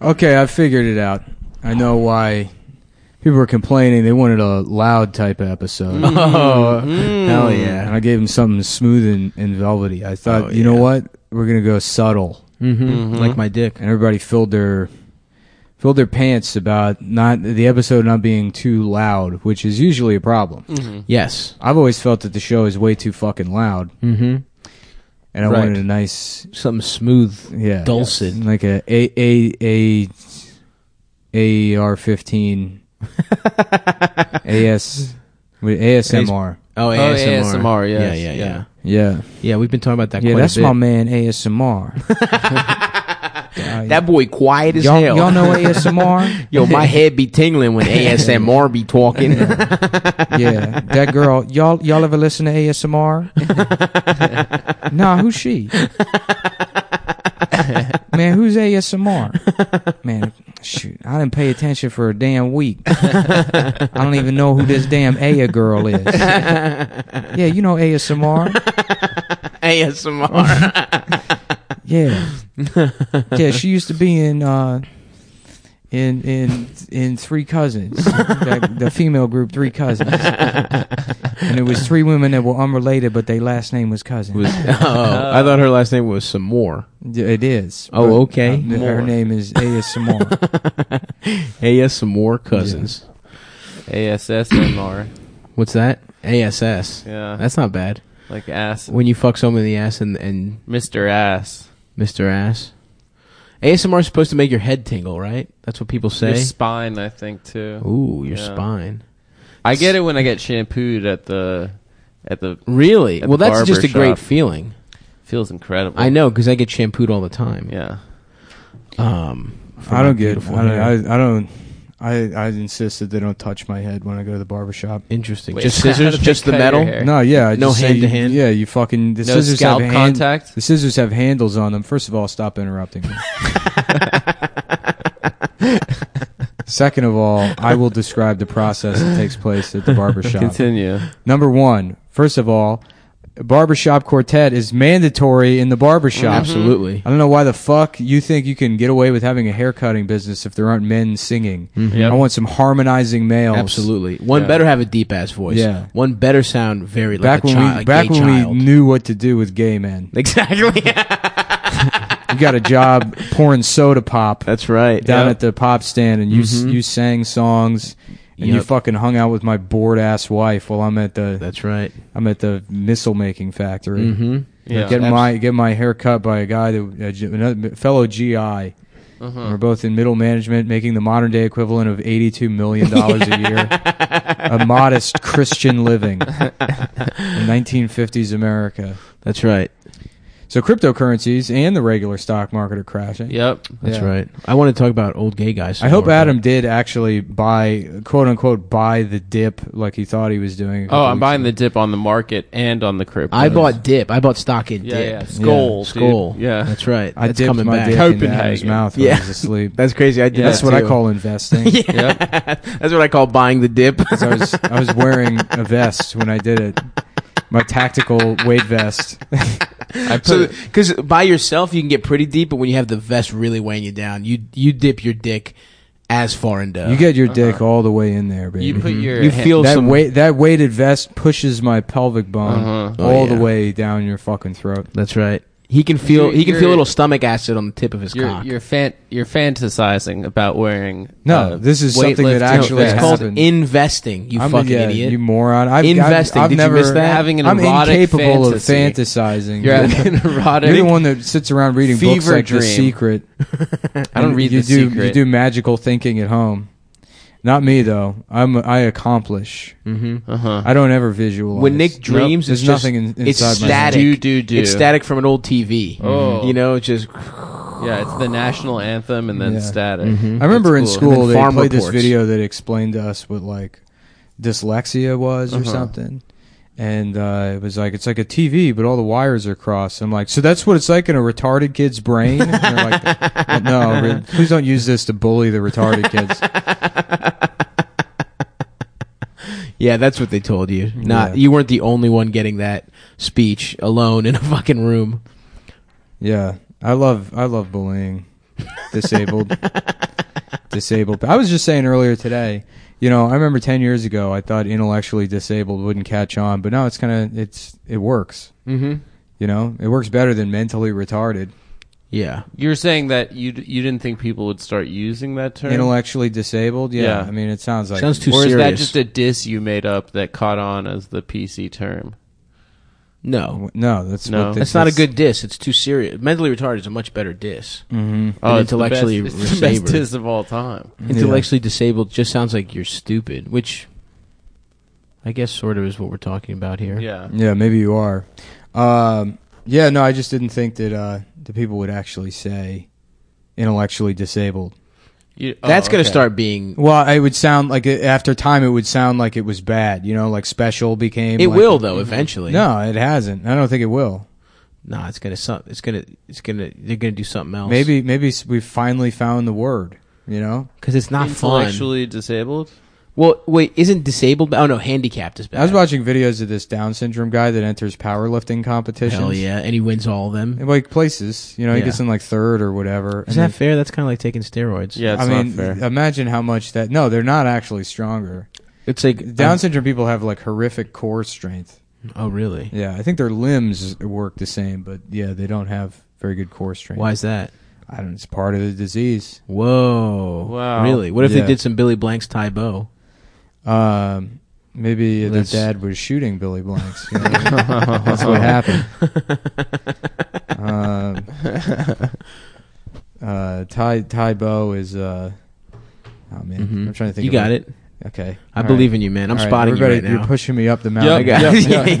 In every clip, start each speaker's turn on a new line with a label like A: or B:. A: Okay, I figured it out. I know why people were complaining. They wanted a loud type of episode.
B: Oh,
A: Mm-hmm. Hell yeah! And I gave them something smooth and, and velvety. I thought,
B: Oh,
A: you know
B: yeah.
A: what? We're gonna go subtle,
C: Mm-hmm.
B: Mhm.
C: Like my dick.
A: and everybody filled their filled their pants about not the episode not being too loud, which is usually a problem.
B: Mm-hmm.
C: Yes.
A: I've always felt that the show is way too fucking loud,
C: Mm-hmm.
A: and I
C: Right.
A: wanted a nice,
C: Something smooth,
A: yeah,
C: dulcet.
A: like a a a a AR fifteen AS with ASMR.
C: Oh,
B: ASMR. yes, yeah.
C: yeah, yeah, yeah.
A: Yeah,
C: Yeah, we've been talking about that.
A: yeah,
C: quite
A: that's
C: a bit.
A: my man ASMR. God,
B: That boy quiet as
A: y'all,
B: hell.
A: y'all know ASMR?
B: Yo, my head be tingling when ASMR be talking.
A: yeah, that girl. Y'all y'all ever listen to ASMR? nah, who's she? Man, who's ASMR? Man, shoot, I didn't pay attention for a damn week. I don't even know who this damn Aya girl is. Yeah, you know ASMR.
B: ASMR.
A: Yeah, yeah, she used to be in. uh in in in three cousins, the, the female group three cousins, and it was three women that were unrelated, but their last name was cousin.
C: Was- oh, I thought her last name was some more.
A: D- It is.
C: Oh,
A: But,
C: okay.
A: uh, her name is ASMR.
C: ASMR cousins.
D: ASSMR.
C: What's that? ASS.
D: Yeah.
C: That's not bad.
D: Like ass.
C: When you fuck someone in the ass and, and
D: Mr. Ass.
C: Mr. Ass. ASMR is supposed to make your head tingle, right? That's what people say.
D: Your spine, I think, too.
C: Ooh, your
D: Yeah.
C: spine.
D: I get it when I get shampooed at the. At the.
C: Really?
D: At
C: Well,
D: the
C: that's
D: barber
C: just a
D: shop.
C: great feeling.
D: Feels incredible.
C: I know because I get shampooed all the time.
D: Yeah.
C: Um, for
A: I
C: my
A: don't get.
C: beautiful
A: I don't.
C: hair.
A: I, I don't. I, I insist that they don't touch my head when I go to the barber shop.
C: Interesting.
D: Wait,
C: just
D: how
C: scissors,
D: do they
C: just the
D: cut your
C: metal.
D: hair?
A: No, yeah, I
C: No
A: just say
C: hand to
A: you-
C: hand?
A: Yeah, you fucking the
D: No
A: scissors
D: scalp
A: have a hand-
D: contact?
A: The scissors have handles on them. First of all, stop interrupting me. Second of all, I will describe the process that takes place at the barber shop.
D: Continue.
A: Number one, first of all, barbershop quartet is mandatory in the
C: Mm-hmm.
D: Mm-hmm.
A: barbershop.
C: Absolutely.
A: I don't know why the fuck you think you can get away with having a hair cutting business if there aren't men singing.
D: Yep.
A: I want some harmonizing males.
C: Mm-hmm. Absolutely. One
D: Yeah.
C: better have a deep ass voice.
A: Yeah.
C: One better sound very
A: Back
C: like
A: when
C: a child.
A: we back
C: gay
A: when
C: child.
A: we knew what to do with gay men,
B: exactly.
A: you got a job pouring soda pop
B: That's right.
A: down
B: Yep.
A: at the pop stand, and you s you sang songs, and you
C: Mm-hmm. Yep.
A: fucking hung out with my bored ass wife while I'm at the
C: That's right.
A: I'm at the missile making factory.
C: Mm-hmm.
D: Yeah.
A: Get my get my hair cut by a guy that a G- another fellow GI.
C: Uh-huh.
A: We're both in middle management, making the modern day equivalent of eighty-two million dollars a year, a modest Christian living in nineteen fifties America.
C: That's right.
A: So cryptocurrencies and the regular stock market are crashing.
D: Yep.
C: That's
A: Yeah.
C: right. I want to talk about old gay guys. some
A: I hope
C: more,
A: Adam did actually buy quote unquote buy the dip like he thought he was doing. a couple
D: Oh, I'm
A: weeks
D: buying
A: ago.
D: the dip on the market and on the
C: but-
D: crypto.
C: I bought dip. I bought stock in
D: Yeah,
C: dip.
D: yeah. Skull. dude.
C: Skull.
D: Yeah.
C: That's right.
A: I
C: That's
A: dipped
C: coming
A: my
C: back.
A: dick in
D: Copenhagen.
A: Adam's mouth when
C: Yeah.
A: I was asleep.
C: That's crazy. I did.
A: That's
C: that
A: what I
C: too.
A: call investing.
D: Yep.
C: That's what I call buying the dip.
A: 'Cause I was I was wearing a vest when I did it. My tactical weight vest.
D: I put
C: so, because by yourself you can get pretty deep, but when you have the vest really weighing you down, you you dip your dick as far into.
A: You get your dick all the way in there, baby.
D: you put your
C: Uh-huh. You
D: hand-
C: feel
A: that
C: some-
A: weight that weighted vest pushes my pelvic bone
D: Uh-huh.
A: all
C: Oh, yeah.
A: the way down your fucking throat.
C: That's right. He can feel.
D: You're-
C: he can feel a
D: you're-
C: little stomach acid on the tip of his
D: you're
C: cock.
D: you're fan you're fantasizing about wearing
A: No,
D: uh,
A: this is something that
D: weightlifting-
A: actually
C: it's
D: Yeah.
C: called
A: happened.
C: investing. You
A: I'm-
C: fucking
A: yeah,
C: idiot.
A: You moron. I've, I've-
C: Investing.
A: I've,
C: Did you
A: never
C: miss that?
D: having an
A: I'm
D: erotic
A: incapable
D: fantasy.
A: of fantasizing.
D: You're having an erotic.
A: You're the one that sits around reading books
D: fever
A: like The
D: dream.
A: Secret.
D: I don't
A: And
D: read
A: you
D: The
A: do,
D: Secret.
A: You do magical thinking at home. Not me though. I'm I accomplish. Mm-hmm.
D: Uh-huh.
A: I don't ever visualize.
C: when Nick dreams,
A: There's
C: it's just-
A: nothing in-
C: it's
A: inside my
C: static.
D: Do, do, do.
C: It's static from an old TV.
D: Oh.
C: You know, it's just
D: Yeah, it's the national anthem and then
A: Yeah.
D: static.
C: Mm-hmm.
A: I remember in
D: That's cool.
A: school
C: And then
A: they
C: farm
A: played this
C: reports.
A: video that explained to us what like dyslexia was
D: Uh-huh.
A: or something. And uh, it was like it's like a TV, but all the wires are crossed. I'm like, so that's what it's like in a retarded kid's brain. And they're like, "Well, no, re- please don't use this to bully the retarded kids.
C: yeah. That's what they told you. Not
A: Yeah.
C: you weren't the only one getting that speech alone in a fucking room.
A: Yeah, I love I love bullying. disabled disabled i was just saying earlier today you know i remember 10 years ago i thought intellectually disabled wouldn't catch on but now it's kind of it's it works
B: Mm-hmm.
A: you know it works better than mentally retarded
C: Yeah.
D: You were saying that you d- you didn't think people would start using that term,
A: intellectually disabled yeah,
D: Yeah.
A: i mean it sounds like
C: Sounds too
D: or is
C: serious.
D: that just a diss you made up that caught on as the PC term?
C: no.
A: no that's
D: No.
A: what
D: That's
C: That's not a good diss. It's too serious. Mentally retarded is a much better diss.
A: hmm
D: Oh, it's the
C: intellectually
D: best- it's the best
C: disabled.
D: diss of all time.
C: Intellectually disabled just sounds like you're stupid, which I guess sort of is what we're talking about here.
D: Yeah.
A: Yeah, maybe you are. Um, yeah, no, I just didn't think that uh, the people would actually say intellectually disabled.
D: You- oh,
C: That's going to
D: okay.
C: start being.
A: Well, it would sound like it, after time, it would sound like it was bad. You know, like special became.
C: It
A: like-
C: will though eventually.
A: Mm-hmm. No, it hasn't. I don't think it will.
C: Nah, it's gonna some. It's gonna. It's gonna. They're gonna do something else.
A: Maybe, maybe s- we finally found the word. You know,
C: because it's not fun.
D: intellectually disabled.
C: Well, wait, isn't disabled? ba- Oh no, handicapped is bad.
A: I was watching videos of this Down syndrome guy that enters powerlifting competitions.
C: Hell yeah, and he wins all of them.
A: In, Like places, you know, he
C: Yeah.
A: gets in like third or whatever. and
C: Is that
A: then-
C: fair? That's kind of like taking steroids.
D: Yeah, it's
A: I mean,
D: not fair.
A: imagine how much that. No, they're not actually stronger.
C: it's like
A: Down
C: um,
A: syndrome people have like horrific core strength.
C: oh really?
A: Yeah, I think their limbs work the same, but yeah, they don't have very good core strength.
C: Why is that?
A: I don't. It's part of the disease.
C: Whoa!
D: Wow.
C: Really? What if
A: Yeah.
C: they did some Billy Blank's Tai Bo?
A: Um, maybe
C: That's-
A: their dad was shooting Billy Blanks. you know? That's what happened. um, uh, Ty Ty Bo is. Uh, oh man,
C: Mhm.
A: I'm trying to think.
C: You
A: of
C: got it.
A: Okay,
C: I
A: All
C: believe
A: right.
C: in you, man. I'm
A: All right,
C: spotting you
A: everybody,
C: right now.
A: You're pushing me up the
C: I
A: mountain.
D: Yep,
C: got it.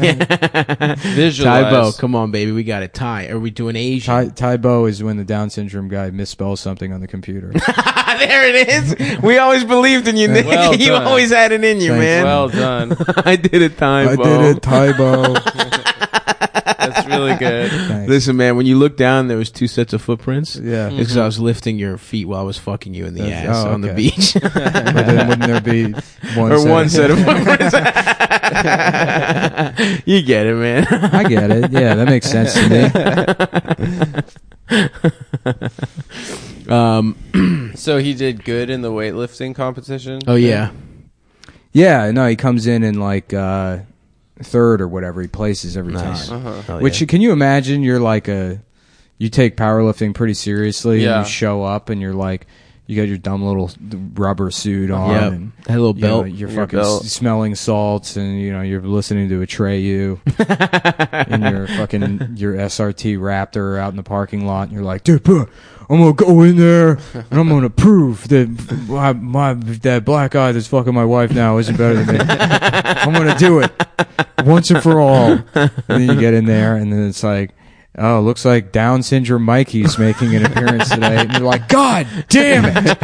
D: yep, Visualize.
C: Tai Bo, come on, baby, we got it. Ty, are we doing
A: Ty,
C: Asian?
A: Ty Bo is when the Down syndrome guy misspells something on the computer.
B: there it is. We always believed in you, Nick.
D: Well
B: you
D: done.
B: always had it in you,
A: Thanks.
B: man.
D: Well done.
B: I did it, time.
A: I
B: Bo.
A: did it, Tybo.
D: That's really good.
C: Listen, man, when you look down, there was two sets of footprints.
A: Yeah.
C: It's because I was lifting your feet while I was fucking you in the
A: That's-
C: ass
A: oh,
C: on the
A: okay.
C: beach,
A: but then wouldn't there be one
C: or
A: set
C: one set of footprints. you get it, man.
A: I get it. Yeah, that makes sense to me.
C: Um.
D: So he did good in the weightlifting competition.
C: Oh yeah.
A: Yeah, no, he comes in in like uh, third or whatever. He places every
C: Nice.
A: time.
D: Uh-huh.
C: Hell
A: Which
C: yeah.
A: can you imagine? You're like a, you take powerlifting pretty seriously,
D: Yeah.
A: and you show up, and you're like, you got your dumb little rubber suit on,
C: Yep.
A: and
C: that little
A: you know,
C: belt.
A: you're
D: Your
A: fucking
D: belt.
A: s- smelling salts, and you know you're listening to Atreyu and your fucking your SRT Raptor out in the parking lot, and you're like, dude, bruh, I'm gonna go in there and I'm gonna prove that my, my that black guy that's fucking my wife now isn't better than me. I'm gonna do it once and for all. And then you get in there, and then it's like. Oh, looks like Down syndrome Mikey's making an appearance today. And you're like, God damn it.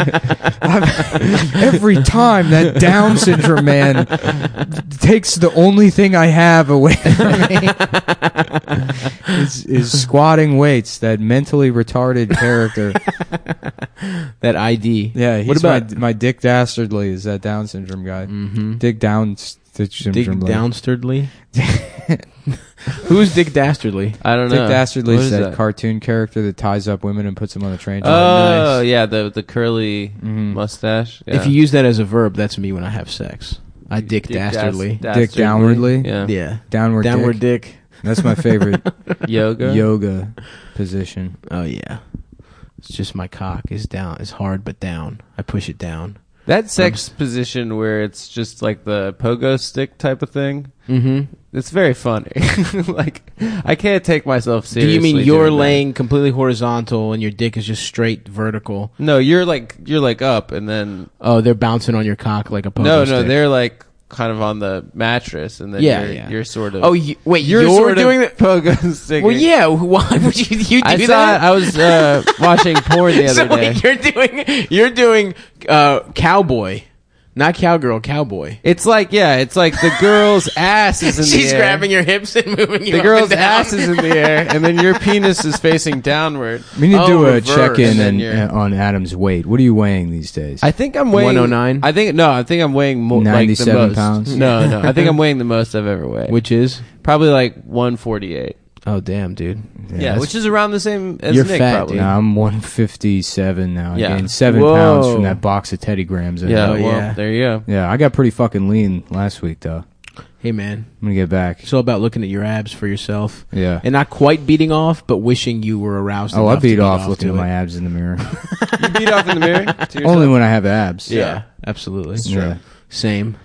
A: I've- every time that Down syndrome man takes the only thing I have away from me is, is squatting weights, that mentally retarded character.
C: that ID.
A: Yeah, he's
C: What about-
A: my, my Dick Dastardly is that Down syndrome guy.
C: Mm-hmm.
A: Dick Down s- Dick syndrome.
C: Dick
A: like-
C: Downstardly. Who's Dick Dastardly?
D: I don't
A: Dick
D: know.
A: Dastardly
D: What
A: is
D: is
A: that,
D: that?
A: cartoon character that ties up women and puts them on the train. track.
D: Oh
C: nice. Mm.
D: yeah, the the curly
A: Mhm.
D: mustache. Yeah.
C: If you use that as a verb, that's me when I have sex. I Uh, Dick,
D: das-
C: Dastardly.
A: Dick Downwardly.
D: Yeah.
C: yeah.
A: Downward,
C: Downward
A: dick.
C: dick.
A: That's my favorite
D: Yoga.
A: yoga position.
C: Oh yeah. It's just my cock is down. Is hard but down. I push it down.
D: That sex position where it's just like the pogo stick type of thing.
C: Mm-hmm.
D: It's very funny. like I can't take myself
C: Do
D: seriously.
C: you mean you're
D: doing that.
C: laying completely horizontal and your dick is just straight vertical?
D: No, you're like you're like up, and then
C: Oh, they're bouncing on your cock like a pogo
D: no, no,
C: stick.
D: they're like kind of on the mattress, and then
C: Yeah,
D: you're,
C: yeah.
D: you're sort of.
C: Oh, you, wait, you're,
D: sort of
C: doing that.
D: pogo stick.
C: Well, yeah. Why would you, you do
D: I saw.
C: that?
D: I was uh, watching porn the
C: so
D: other day.
C: wait, you're doing you're doing uh, cowboy, not cowgirl, cowboy.
D: It's like yeah, it's like the girl's ass is in the air.
C: She's grabbing your hips and moving you.
D: the
C: up
D: girl's
C: and down.
D: ass is in the air, and then your penis is facing downward.
A: We need to
D: Oh,
A: do a
D: reverse,
A: check in
D: and
A: and,
D: you're-
A: uh, on Adam's weight. What are you weighing these days?
D: I think I'm weighing
C: 109?
D: I think no, I think I'm weighing more. Like the
A: 97
D: most.
A: pounds?
D: No, no, I think I'm weighing the most I've ever weighed.
C: Which is
D: probably like 148.
C: Oh damn, dude.
D: Yeah, which is around the same as
C: You're
D: Nick
C: fat,
D: probably.
C: dude.
A: Now I'm 157 now. I
D: Yeah.
A: gained seven pounds
C: Whoa.
A: from that box of Teddy Grahams. in
D: Yeah,
A: there.
D: well,
C: yeah.
D: there you go.
A: yeah. I got pretty fucking lean last week though.
C: Hey man,
A: I'm gonna get back.
C: it's all about looking at your abs for yourself
A: Yeah.
C: and not quite beating off, but wishing you were aroused.
A: Oh,
C: enough
A: I
C: to
A: beat off, looking
C: to
A: at my
C: it.
A: abs in the mirror.
D: You beat off in the mirror. to yourself?
A: Only when I have abs.
D: Yeah.
C: absolutely.
A: Yeah.
C: Same.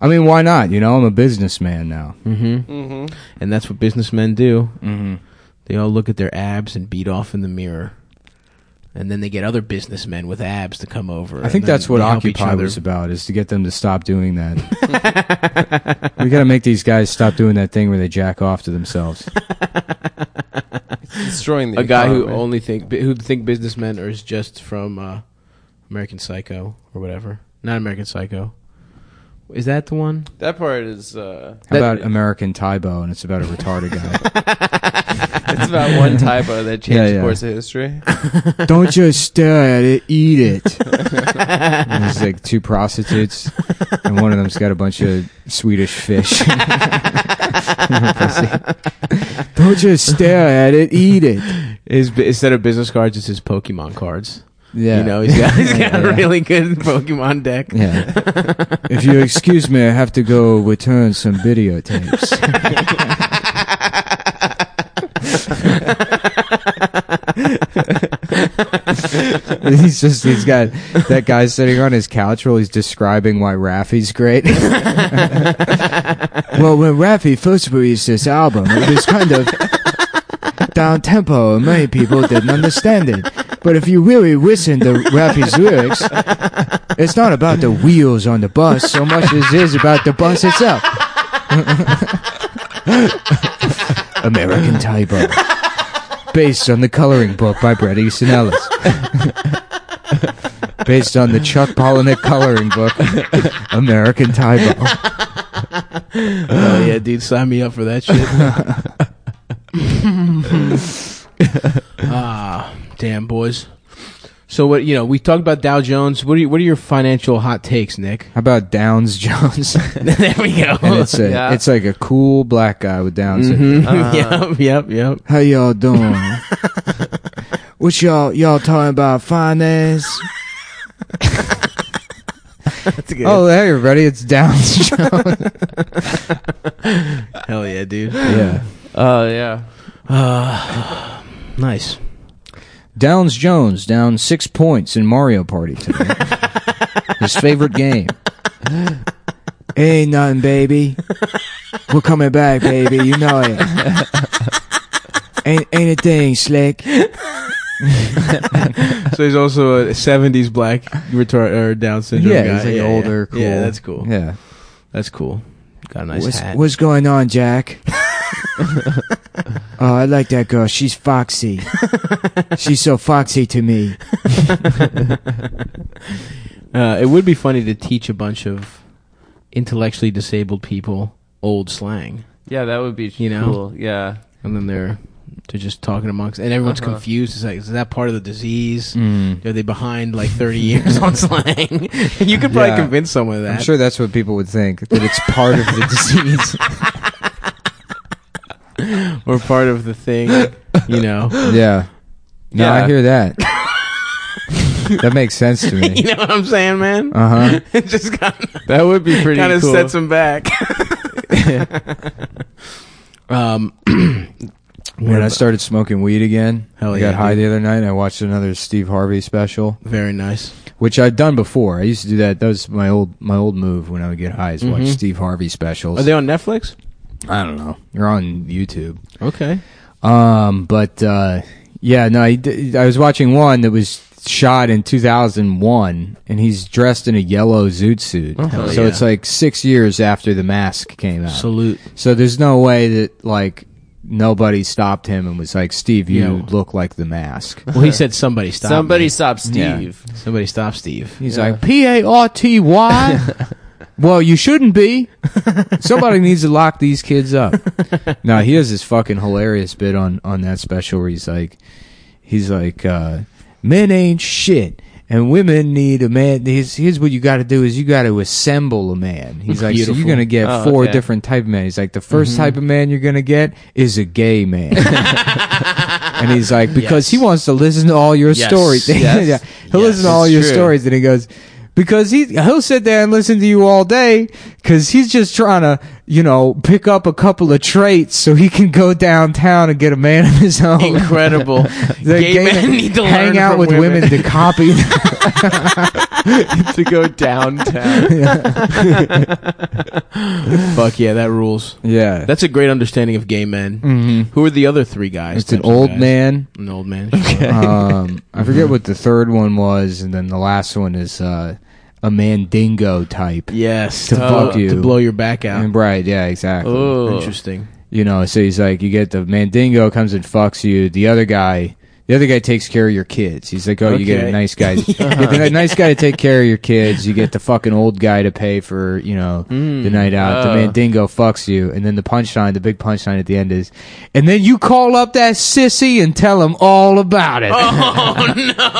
A: I mean, why not? You know, I'm a businessman now.
C: Mm-hmm.
D: Mhm.
C: And that's what businessmen do.
A: Mm-hmm.
C: They all look at their abs and beat off in the mirror. And then they get other businessmen with abs to come over.
A: I think that's what Occupy was
C: was.
A: about, is to get them to stop doing that. we got to make these guys stop doing that thing where they jack off to themselves.
D: Destroying the
C: A guy who
D: economy.
C: only think who think businessmen are is just from uh, American Psycho or whatever. Not American Psycho. Is that the one?
D: that part is uh,
A: How
C: That-
A: about American Tybo, and it's about a retarded guy.
D: it's about one typo that changed
A: Yeah, yeah.
D: the course of history.
A: Don't just stare at it, eat it. And There's like two prostitutes, and one of them's got a bunch of Swedish fish. Don't just stare at it, eat it.
C: His, bu- instead of business cards, it's his Pokemon cards.
A: Yeah.
C: You know, he's got, he's got
A: Yeah,
C: a
A: yeah.
C: really good Pokemon deck.
A: Yeah. if you excuse me, I have to go return some videotapes. he's just he's got that guy sitting on his couch while he's describing why Raffy's great. well, when Raffy first released this album, it was kind of down tempo and many people didn't understand it. But if you really listen to Raffy's lyrics, it's not about the wheels on the bus so much as it is about the bus itself. American Typo. Based on the coloring book by Bret Easton Ellis. Based on the Chuck Palahniuk coloring book, American Typo.
C: Oh yeah, dude, sign me up for that shit. ah, damn boys. So what you know? We talked about Dow Jones. What are you, what are your financial hot takes, Nick?
A: How about Downs Jones?
C: there we go.
A: And it's a,
D: Yeah.
A: it's like a cool black guy with Downs. syndrome.
C: Mhm.
D: Uh-huh.
C: yep, yep, yep.
A: How y'all doing? what y'all y'all talking about finance?
C: That's good.
A: Oh, hey everybody, it's Downs Jones.
C: hell yeah, dude.
A: yeah.
D: Oh yeah,
C: Uh, nice.
A: Downs Jones down six points in Mario Party today. His favorite game. Ain't nothing, baby. We're coming back, baby. You know it. Ain't ain't a thing, slick.
C: So he's also a '70s black retard or Down syndrome
A: Yeah,
C: guy.
A: he's like older,
C: yeah.
A: cool.
C: Yeah, that's cool.
A: Yeah.
C: That's cool. Got a nice
A: what's,
C: hat.
A: what's going on, Jack? oh, I like that girl. She's foxy. She's so foxy to me.
C: Uh, it would be funny to teach a bunch of intellectually disabled people old slang,
D: yeah, that would be
C: You know?
D: cool. Yeah,
C: and then they're they're just talking amongst, and everyone's
D: Uh-huh. Mm.
C: confused. It's like, is that part of the disease?
A: Mm.
C: Are they behind like thirty years on slang? you could probably
A: Yeah.
C: convince someone of that.
A: I'm sure that's what people would think that it's part of the disease.
C: Or part of the thing, you know.
A: yeah. No, I
D: Yeah.
A: hear that. that makes sense to
C: you
A: me.
C: know what I'm saying, man?
A: Uh huh.
C: it just kind
D: Uh-huh. that would be pretty.
C: of
D: cool.
C: sets them back. um,
A: When I
C: about-
A: started smoking weed again,
C: Hell
A: I
C: yeah,
A: got high
C: dude.
A: the other night. and I watched another Steve Harvey special,
C: very nice.
A: which I'd done before. I used to do that. That was my old my old move when I would get high is watch
C: Mhm.
A: Steve Harvey specials.
C: Are they on Netflix?
A: I don't know. You're on YouTube.
C: Okay.
A: Um, but uh, yeah, no, I, d- I was watching one that was shot in 2001, and he's dressed in a yellow zoot suit.
C: Oh, hell
A: so
C: yeah.
A: it's like six years after the mask came out. So,
C: Salute.
A: there's no way that like nobody stopped him and was like, "Steve, you
C: Yeah.
A: look like the mask."
C: Well, he said somebody stop.
D: Somebody
C: me.
D: stop Steve.
C: Somebody stop Steve.
A: He's like, "P A R T Y." Well, you shouldn't be. Somebody needs to lock these kids up. now he has this fucking hilarious bit on on that special where he's like, he's like, uh, "Men ain't shit, And women need a man. Here's, here's what you got to do: is you got to assemble a man. He's like, so
C: Beautiful. Mm-hmm.
A: you're gonna get
D: Oh,
A: four
D: okay.
A: different type of men. He's like, the 1st type of man you're gonna get is a gay man. and he's like, because he wants to listen to all your
C: Yes.
A: stories.
C: Yes.
A: yeah, he'll listen to all
D: It's
A: your
D: true.
A: stories, and he goes. Because he he'll sit there and listen to you all day, because he's just trying to you know pick up a couple of traits so he can go downtown and get a man of his own.
C: Incredible.
A: The
C: gay, men need to
A: hang
C: learn
A: out
C: from
A: with women. to copy.
D: to go downtown.
C: Fuck yeah, that rules.
A: yeah,
C: That's a great understanding of gay men.
A: hmm
C: Who are the other three guys?
A: it's an
C: types of
A: old
C: guys?
A: man.
C: Mm. An old man.
A: Um, I forget what the third one was, and then the last one is uh, a mandingo type.
C: yes. Oh,
A: To fuck you.
C: To blow your back out.
A: And Right, yeah, exactly.
D: Oh,
C: Interesting.
A: You know, so he's like, you get the mandingo comes and fucks you. The other guy, the other guy takes care of your kids. He's like, oh, you get a
C: Okay.
A: nice guy, you get the nice guy to take care of your kids. You get the fucking old guy to pay for, you know, the night out.
D: Oh.
A: the mandingo fucks you, and then the punchline, the big punchline at the end is, and then you call up that sissy and tell him all about it.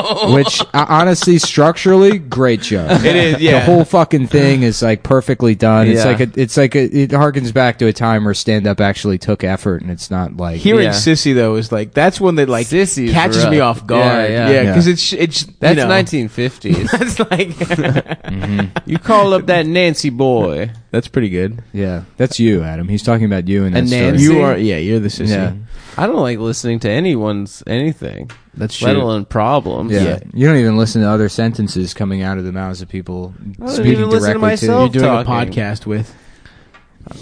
C: Oh no.
A: Which uh, honestly, structurally, great show.
D: It is,
A: The
D: yeah.
A: whole fucking thing is like perfectly done. It's
D: Yeah.
A: like a, it's like a, it harkens back to a time where stand up actually took effort, and it's not like
C: Hearing
D: Yeah.
C: sissy though is like that's one that like
D: Sissies
C: catches
D: were
C: me
D: up.
C: off guard. Yeah,
D: Yeah, yeah.
A: Yeah.
C: because it's it's you
D: That's
C: know.
D: 1950s.
C: That's like
D: you call up that Nancy boy.
C: that's pretty good.
A: yeah, that's you, Adam. He's talking about you and that
D: And
A: story.
D: Nancy.
C: You are yeah, you're the sissy.
A: Yeah.
D: I don't like listening to anyone's anything,
C: That's
D: let
C: true.
D: alone problems.
A: yeah.
C: Yeah.
A: you don't even listen to other sentences coming out of the mouths of people
D: don't
A: speaking
D: even
A: directly
D: listen to myself.
C: You're doing a
D: Talking.
C: podcast with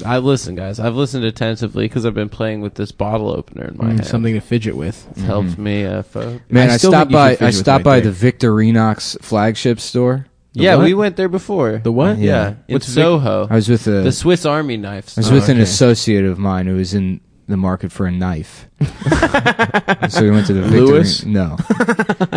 D: I've listened, guys. I've listened attentively because I've been playing with this bottle opener in my hand.
C: Mm, something Mm-hmm. to fidget with.
D: It's helped me. Uh, fo-
A: Man,
C: I
A: I,
C: still
A: stopped
C: think you
A: by.
C: should fidget
A: I
C: with
A: stopped
C: my
A: by
C: dick.
A: the Victorinox flagship store.
D: yeah,
C: what?
D: we went there before.
C: The what?
D: Yeah, in
C: What's the-
D: Soho.
A: I was with a. I
D: the Swiss Army knives.
A: was
C: Oh,
A: with an
C: okay.
A: associate of mine who was in the market for a knife. so we went to the Victorin-
C: Lewis?
A: No,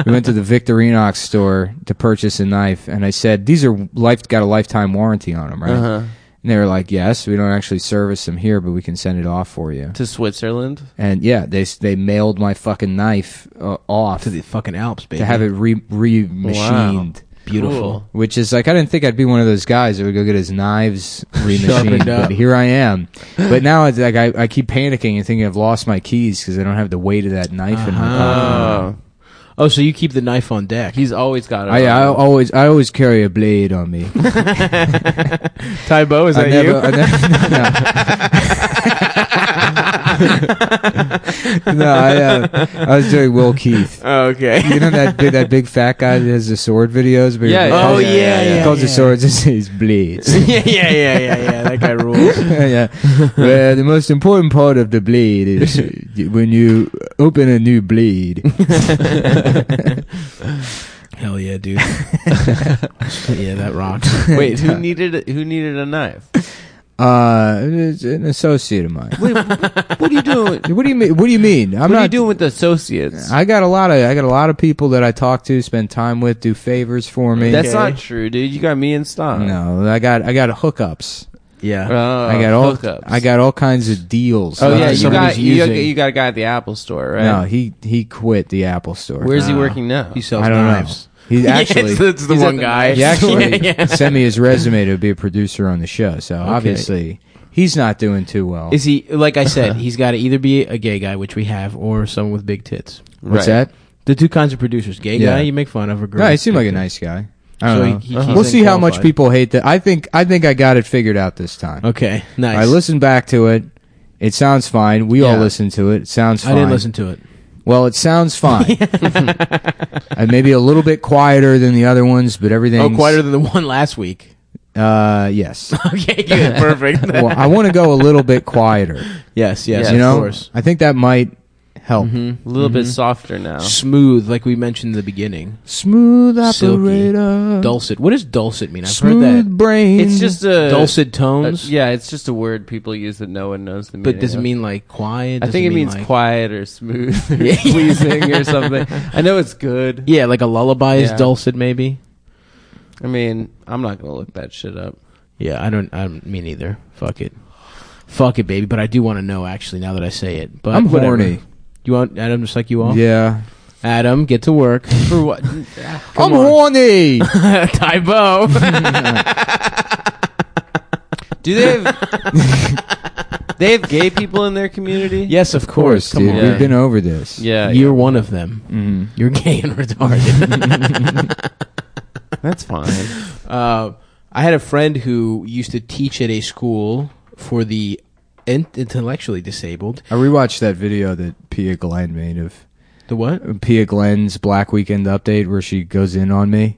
A: we went to the Victorinox store to purchase a knife, and I said, "These are life got a lifetime warranty on them, right?"
D: Uh-huh.
A: And they were like, "Yes, we don't actually service them here, but we can send it off for you."
D: To Switzerland.
A: And yeah, they they mailed my fucking knife uh, off
C: To the fucking Alps, baby.
A: to have it re re machined.
C: beautiful.
D: Cool.
A: Which is like I didn't think I'd be one of those guys that would go get his knives remachined,
C: Sharpened
A: but
C: up.
A: here I am. But now it's like I, I keep panicking and thinking I've lost my keys because I don't have the weight of that knife in my
C: Uh,
A: pocket.
D: Oh,
C: Oh, so you keep the knife on deck.
D: he's always got it.
A: I, I
C: oh.
D: on.
A: always I always carry a blade on me.
C: Tybo, is
A: I never, I never no. no, I, uh, I was doing Will Keith.
C: Oh, okay.
A: You know that big, that big fat guy that has the sword videos? But
D: Yeah,
A: he
D: yeah,
A: calls-
D: yeah, yeah,
A: he
D: yeah,
A: calls the
C: yeah.
A: swords and says blades.
C: yeah, yeah, yeah, yeah, yeah. That guy rules.
A: yeah. Well, the most important part of the blade is uh, when you open a new blade.
C: Hell yeah, dude. yeah, that rocks.
D: Wait, who needed who needed a knife?
A: Uh, it's an associate of mine.
D: Wait, what are you doing?
A: What do you mean? What do you mean? I'm
D: what
A: not
D: are you doing with associates?
A: I got a lot of I got a lot of people that I talk to, spend time with, do favors for me.
D: That's
C: Okay.
D: not true, dude. You got me in stock.
A: no, I got I got hookups.
C: Yeah.
D: Oh,
A: I got all
D: hookups.
A: I got all kinds of deals.
D: Oh
A: Like,
D: yeah, you
C: somebody's
D: got, you, got
C: using-
D: you got a guy at the Apple store, right?
A: No, he he quit the Apple store.
D: Where's he
C: Nah.
D: working now?
C: He sells
A: I don't
C: knives.
A: know. He actually
C: it's the, it's the
D: He's at
C: one
D: the
C: guy.
A: He actually
C: yeah, yeah.
A: sent me his resume to be a producer on the show. So obviously, he's not doing too well.
C: Is he like I said? He's got to either be a gay guy, which we have, or someone with big tits.
A: What's
D: Right.
A: that?
C: The two kinds of producers: gay
A: Yeah.
C: guy you make fun of, or girl.
A: No, he seemed like a nice guy. I
C: So
A: don't
C: he-
A: know.
C: he- he's
A: We'll see how much
C: unqualified.
A: people hate that. I think I think I got it figured out this time.
C: Okay, nice.
A: I listened back to it. It sounds fine. We all
C: Yeah.
A: listened to it. It sounds
C: I
A: fine.
C: didn't listen to it.
A: Well, it sounds fine. and maybe a little bit quieter than the other ones, but everything.
C: Oh, quieter than the one last week.
A: Uh, yes.
C: okay, good, perfect.
A: well, I want to go a little bit quieter.
C: yes, yes,
D: Yes,
A: you know,
C: of course.
A: I think that might help.
C: Mm-hmm.
D: a little bit softer now.
C: Smooth, like we mentioned in the beginning.
A: Smooth
C: Silky.
A: operator.
C: Dulcet. What does dulcet mean? I've
A: Smooth
C: heard that.
A: brain.
D: It's just a
C: Dulcet
D: uh,
C: tones,
D: yeah, it's just a word people use that no one knows the meaning.
C: but does it
D: of.
C: mean like quiet?
D: I
C: Does
D: think it
C: mean,
D: means
C: like-
D: quiet or smooth, or
C: Yeah.
D: pleasing or something. I know it's good.
C: Yeah, like a lullaby is
D: Yeah.
C: dulcet, maybe.
D: I mean, I'm not gonna look that shit up.
C: Yeah, I don't. I don't mean either. Fuck it. Fuck it, baby. But I do want to know actually now that I say it. But
A: I'm
C: whatever.
A: horny.
C: You want Adam just like you are?
A: Yeah.
C: Adam, get to work.
D: For what?
A: I'm horny.
C: Tybo.
D: Do they have? they have gay people in their community.
C: yes, of
A: of course,
C: course. Come
A: dude.
C: on.
A: We've been over this.
D: Yeah,
C: You're one of them.
A: Mhm.
C: You're gay and retarded.
D: yeah. that's fine.
C: uh, I had a friend who used to teach at a school for the in- intellectually disabled.
A: I rewatched that video that Pia Glenn made of
C: The what?
A: Pia Glenn's Black Weekend update where she goes in on me.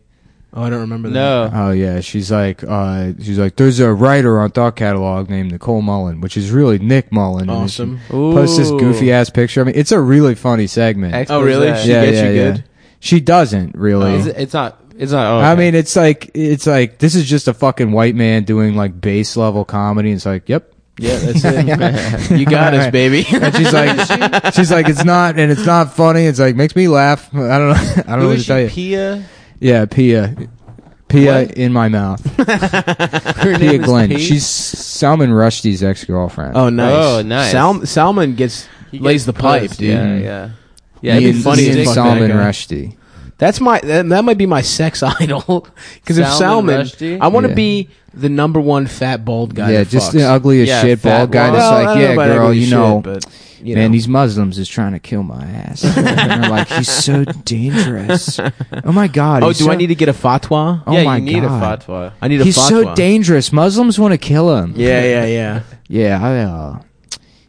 C: Oh, I don't remember that.
D: No,
A: Oh yeah, she's like, uh, she's like, there's a writer on Thought Catalog named Nicole Mullen, which is really Nick Mullen. And
C: Awesome.
A: she Posts this
D: Ooh.
A: goofy ass picture. I mean, it's a really funny segment.
D: Ex-
C: Oh, really? She
A: yeah,
C: gets
A: yeah,
C: you
A: yeah.
C: good. Oh,
A: She doesn't really.
D: Is it- it's not. It's not. Oh,
A: I
D: okay.
A: mean, it's like it's like this is just a fucking white man doing like base level comedy. It's like, yep.
C: Yeah, that's it. you got us, baby.
A: And she's like, she's like, it's not, and it's not funny. It's like makes me laugh. I don't know. I don't know
D: Who
A: what
D: is
A: to tell
D: she?
A: you.
D: Pia.
A: yeah, Pia, Pia
D: What?
A: in my mouth. Pia
D: Her name is
A: Glenn.
D: Pete?
A: She's Salman Rushdie's ex girlfriend.
C: oh, nice.
D: Oh, nice.
C: Sal- Salmon gets
D: He
C: lays
D: gets
C: the pipe,
D: pussed.
C: dude.
D: Yeah, yeah. Yeah,
C: Me
D: it'd be
C: and-
D: funny
C: me
D: as
C: and
D: fuck,
C: Salman
D: man.
A: Salman
C: that guy.
A: Rushdie.
C: That's my that, that might be my sex idol because if Salmon,
D: Salman Rushdie?
C: I want to
A: Yeah.
C: be the number one fat bald guy.
A: yeah,
C: that
A: just
C: fucks.
A: the ugliest
D: Yeah,
A: shit
D: fat
A: bald guy.
D: one.
A: That's
D: Well,
A: like, yeah, girl, you know,
C: you
A: man,
C: know.
A: these Muslims is trying to kill my ass. and they're like, he's so dangerous. Oh my god.
C: oh, do
A: he's so-
C: I need to get a fatwa?
A: Oh
D: yeah,
A: my
D: you need
A: God.
D: a fatwa.
C: I need a
A: He's
C: fatwa.
A: so dangerous. Muslims want to kill him.
C: Yeah, yeah, yeah.
A: Yeah, I, uh,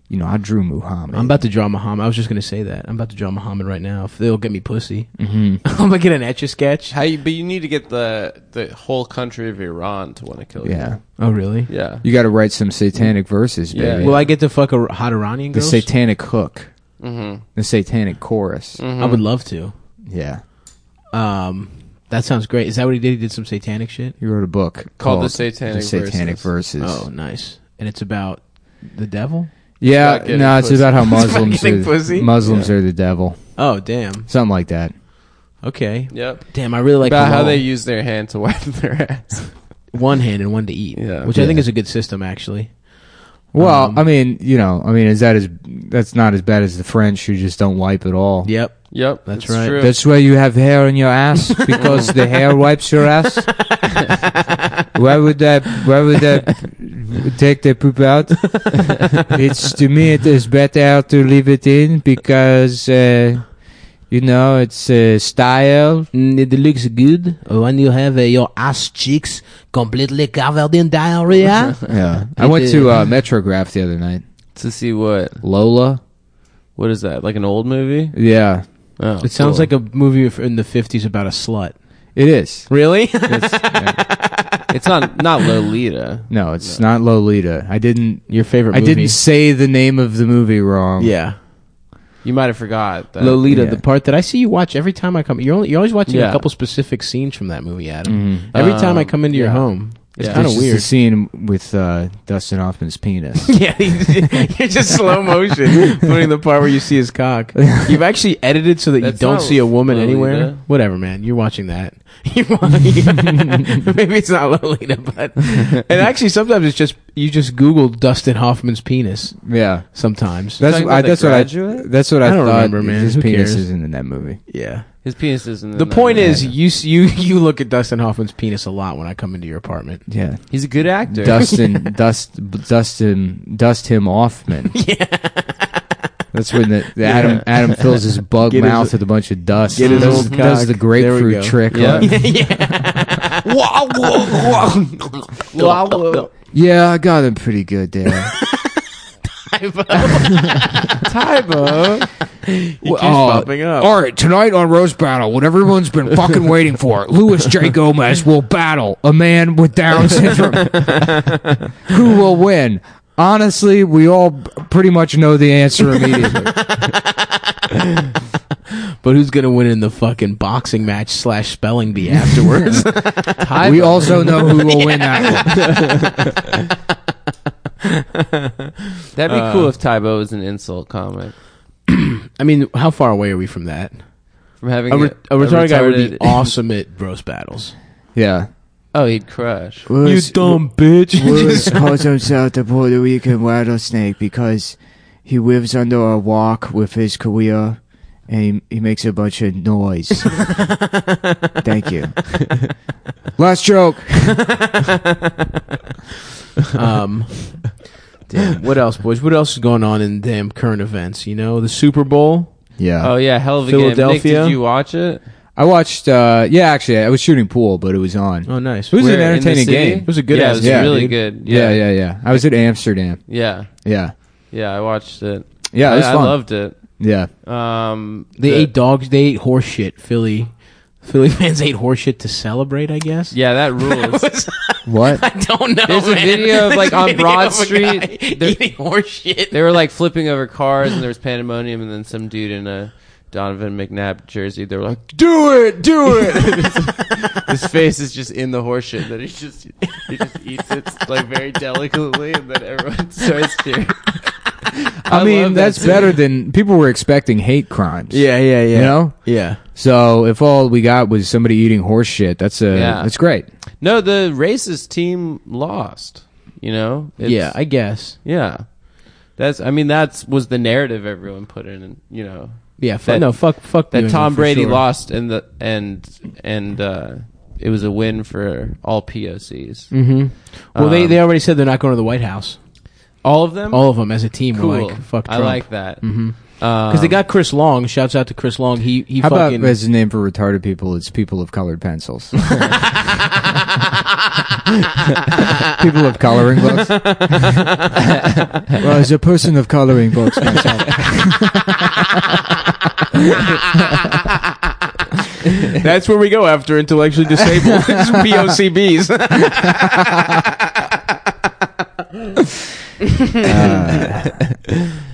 A: you know, I drew Muhammad.
C: I'm about to draw Muhammad. I was just gonna say that. I'm about to draw Muhammad right now. If they'll get me pussy,
A: Mhm.
C: I'm gonna get an etch a sketch.
D: How you? But you need to get the the whole country of Iran to want to kill you.
A: Yeah,
C: Oh, really?
D: yeah.
A: you got to write some satanic verses,
D: Yeah.
A: baby.
C: Will I get to fuck a hot Iranian
A: the
C: girl?
A: satanic hook,
D: Mm-hmm.
A: the satanic chorus.
C: I would love to.
A: Yeah,
C: Um, that sounds great. Is that what he did? He did some satanic shit.
A: he wrote a book called,
D: The Satanic
A: Satanic verses.
C: Oh, nice. And it's about the devil.
A: Yeah,
D: About
A: no,
D: getting
A: it's
D: pussy.
A: about how
C: about
A: Muslims
C: getting
A: are,
C: pussy?
A: Muslims are the devil,
C: Oh, damn.
A: something like that.
C: Okay.
D: Yep.
C: Damn, I really like
D: About how
C: halal.
D: they use their hand to wipe their ass.
C: one hand and one to eat.
D: Yeah.
C: which I
A: Yeah.
C: think is a good system actually.
A: Well,
C: Um,
A: I mean, you know, I mean, is that as that's not as bad as the French who just don't wipe at all?
C: Yep.
D: Yep,
C: That's
D: it's
C: right.
D: True.
A: That's why you have hair on your ass because the hair wipes your ass. why would that? Why would that take the poop out? it's to me, it is better to leave it in because uh, you know it's uh, style.
C: Mm, it looks good when you have uh, your ass cheeks completely covered in diarrhea.
A: Yeah, I went to uh, Metrograph the other night.
D: to see what
A: Lola.
D: what is that? Like an old movie?
A: Yeah,
D: Oh,
C: it sounds like a movie in the fifties about a slut.
A: it is.
C: Really?
A: It's, yeah.
D: it's not not Lolita.
A: No, it's not Lolita. I didn't.
C: Your favorite?
A: I didn't say the name of the movie wrong.
C: Yeah,
D: You might have forgot that.
C: Lolita,
A: yeah.
C: the part that I see you watch every time I come. You're only, you're always watching a
D: Yeah.
C: couple specific scenes from that movie, Adam.
A: Mhm.
C: Every time I
D: Um,
C: come into your
D: yeah.
C: home, it's
D: Yeah.
C: kind
A: It's
C: of
A: just The
C: weird.
A: scene with uh, Dustin Hoffman's penis.
C: Yeah, you're just slow motion putting the part where you see his cock. You've actually edited so that
D: That's
C: you don't
D: not
C: see a woman
D: Lolita.
C: anywhere. Whatever, man. You're watching that. You're watching- Maybe it's not Lolita, but and actually sometimes it's just you just Google Dustin Hoffman's penis.
A: yeah,
C: Sometimes,
A: that's
D: talking
A: I,
D: about The
A: that's what I
D: Graduate?
A: that's what I,
C: I don't
A: thought.
C: remember, man.
A: His
C: Who
A: penis
C: cares?
A: isn't in that movie.
C: yeah.
D: his penis isn't.
C: The
D: in that
C: point
D: movie.
C: is, you s- you you look at Dustin Hoffman's penis a lot when I come into your apartment.
A: Yeah,
D: he's a good actor.
A: Dustin, dust, Dustin, dust him Hoffman. Yeah, that's when the, the Adam Adam fills his bug
C: Get his-
A: mouth with a bunch of dust.
C: get his
A: does,
C: old
A: does
C: cock.
A: the
C: There we go.
A: grapefruit trick?
D: Yeah.
A: on- yeah, I got him pretty good there.
D: Tybo.
C: He keeps
A: Uh,
C: popping up.
A: All right, tonight on Roast Battle, what everyone's been fucking waiting for, Luis J. Gomez will battle a man with Down syndrome. Who will win? Honestly, we all b- pretty much know the answer immediately.
C: but who's gonna win in the fucking boxing match slash spelling bee afterwards?
A: we also know who will win that one.
D: That'd be
C: Uh,
D: cool if Tybo was an insult comic.
C: I mean, how far away are we from that?
D: From having
C: A, re- a retarded guy would be
D: retarded-
C: awesome at roast battles.
A: Yeah.
D: Oh, he'd crush.
C: dumb bitch.
A: Lewis calls himself the Puerto Rican rattlesnake because he lives under a rock with his career
E: and he, he makes a bunch of noise. Thank you.
A: Last joke.
C: Um, damn. What else, boys? What else is going on in damn current events? You know, the Super Bowl.
E: Yeah.
D: Oh yeah, hell of a game. Nick,
C: Philadelphia?
D: did you watch it?
A: I watched. uh Yeah, actually, I was shooting pool, but it was on.
C: Oh, nice.
A: It was
D: Where,
A: an
D: in the
A: entertaining
D: city?
A: game.
C: It was a good
D: yeah,
C: ass
D: it was
A: game,
D: really
C: dude.
D: good.
A: Yeah. yeah, yeah, I was at Amsterdam.
D: yeah,
A: Yeah,
D: yeah. I watched it.
A: yeah, it
D: I,
A: was
D: I
A: fun.
D: loved it.
A: yeah,
D: Um,
C: They
D: the-
C: ate dogs. They ate horse shit. Philly, Philly fans ate horse shit to celebrate. I guess.
D: Yeah, that rules.
A: what?
C: I don't know.
D: There's a
C: man.
D: video of, like,
C: There's a
D: on
C: video
D: Broad
C: of a
D: Street,
C: guy
D: there-
C: eating horse shit.
D: they were like flipping over cars, and there was pandemonium, and then some dude in a Donovan McNabb jersey. They were like, "Do it, do it." His face is just in the horseshit that he just he just eats it like very delicately, and then everyone starts cheering.
A: I, mean,
D: love that
A: that's
D: scene.
A: better than people were expecting hate crimes.
C: Yeah, yeah, yeah.
A: You know?
C: Yeah.
A: So if all we got was somebody eating horse shit, that's a
D: Yeah.
A: that's great.
D: No, the racist team lost. You know? It's-
C: yeah, I guess.
D: yeah. That's. I mean, that's was the narrative everyone put in, and you know
C: Yeah, fuck,
D: That-
C: no, fuck, fuck New
D: that
C: England
D: Tom
C: for
D: Brady
C: sure.
D: lost, and the and and uh, it was a win for all POCs.
C: Mm-hmm. Well, they,
D: Um,
C: they already said they're not going to the White House.
D: All of them.
C: All of them as a team
D: cool.
C: were like, fuck
D: I
C: Trump. Mm-hmm.
D: like that. Um,
C: Because they got Chris Long. Shouts out to Chris Long. He he
A: How
C: fucking.
A: about as a name for retarded people? It's people of colored pencils. people of coloring books. well, as a person of coloring books myself,
C: that's where we go after intellectually disabled. It's POCBs.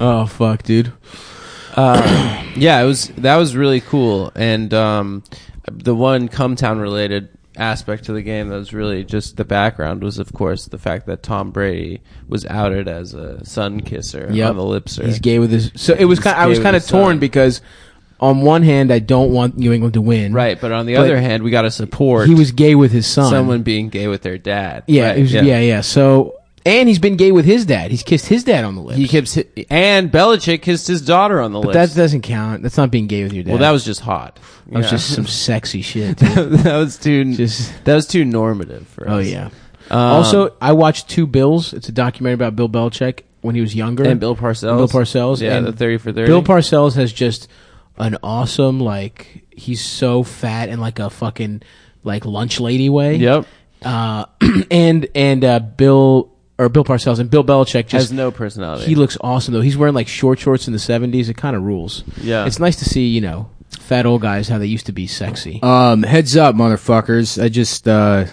C: oh fuck, dude.
D: uh, yeah, it was that was really cool, and um, the one Cumtown related aspect to the game that was really just the background was, of course, the fact that Tom Brady was outed as a sun kisser
C: Yep.
D: on the lipser.
C: He's gay with his. So it was.
D: He's
C: Kind, I
D: gay
C: was
D: with
C: kind of
D: his son.
C: torn because, on one hand, I don't want New England to win.
D: Right, but on the
C: But
D: other hand, we got to support
C: He was gay with his son.
D: someone being gay with their dad.
C: Yeah,
D: Right,
C: it was, yeah. yeah, So, and he's been gay with his dad. He's kissed his dad on the lips.
D: He keeps hi- and Belichick kissed his daughter on the
C: but that
D: lips.
C: doesn't count. That's not being gay with your dad.
D: well, that was just hot.
C: that was
D: Yeah.
C: just some sexy shit. dude.
D: that was too
C: Just
D: that was too normative for us.
C: oh yeah.
D: Um,
C: also, I watched Two Bills. It's a documentary about Bill Belichick when he was younger.
D: and Bill Parcells.
C: Bill Parcells
D: Yeah,
C: and
D: the thirty for thirty.
C: Bill Parcells has just an awesome like. He's so fat and like a fucking like lunch lady way.
D: Yep.
C: Uh, and and uh, Bill or Bill Parcells and Bill Belichick just
D: has no personality.
C: He looks awesome though. He's wearing like short shorts in the seventies. It kind of rules.
D: Yeah.
C: it's nice to see you know fat old guys how they used to be sexy.
A: um, heads up, motherfuckers! I just uh,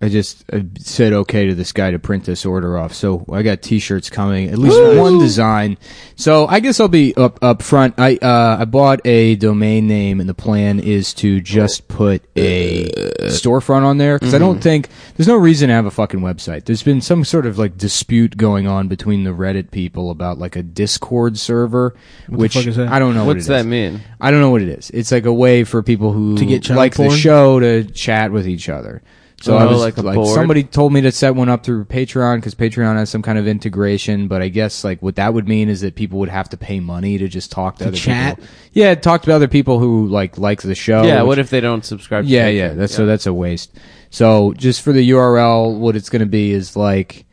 A: I just uh, said okay to this guy to print this order off, so I got T-shirts coming. At least one design. So I guess I'll be up up front. I uh, I bought a domain name, and the plan is to just put a storefront on there because I
C: Mm-hmm.
A: don't think there's no reason to have a fucking website. There's been some sort of like dispute going on between the Reddit people about like a Discord server, which
C: fuck is that?
A: I don't know. what
D: What's
A: it is.
D: that mean?
A: I don't know what it is. It's like a way for people who
C: To get child
A: like the
C: porn?
A: show to chat with each other. So I
D: Oh,
A: was
D: like
A: like,
D: a board?
A: somebody told me to set one up through Patreon because Patreon has some kind of integration. But I guess like what that would mean is that people would have to pay money to just talk to, other
C: chat?
A: people. Yeah, talk to other people who like like the
C: Oh,
A: show.
D: yeah,
A: which-
D: what if they don't subscribe? to
A: yeah,
D: Patreon?
A: yeah. That's so that's a waste. So just for the URL, what it's going to be is like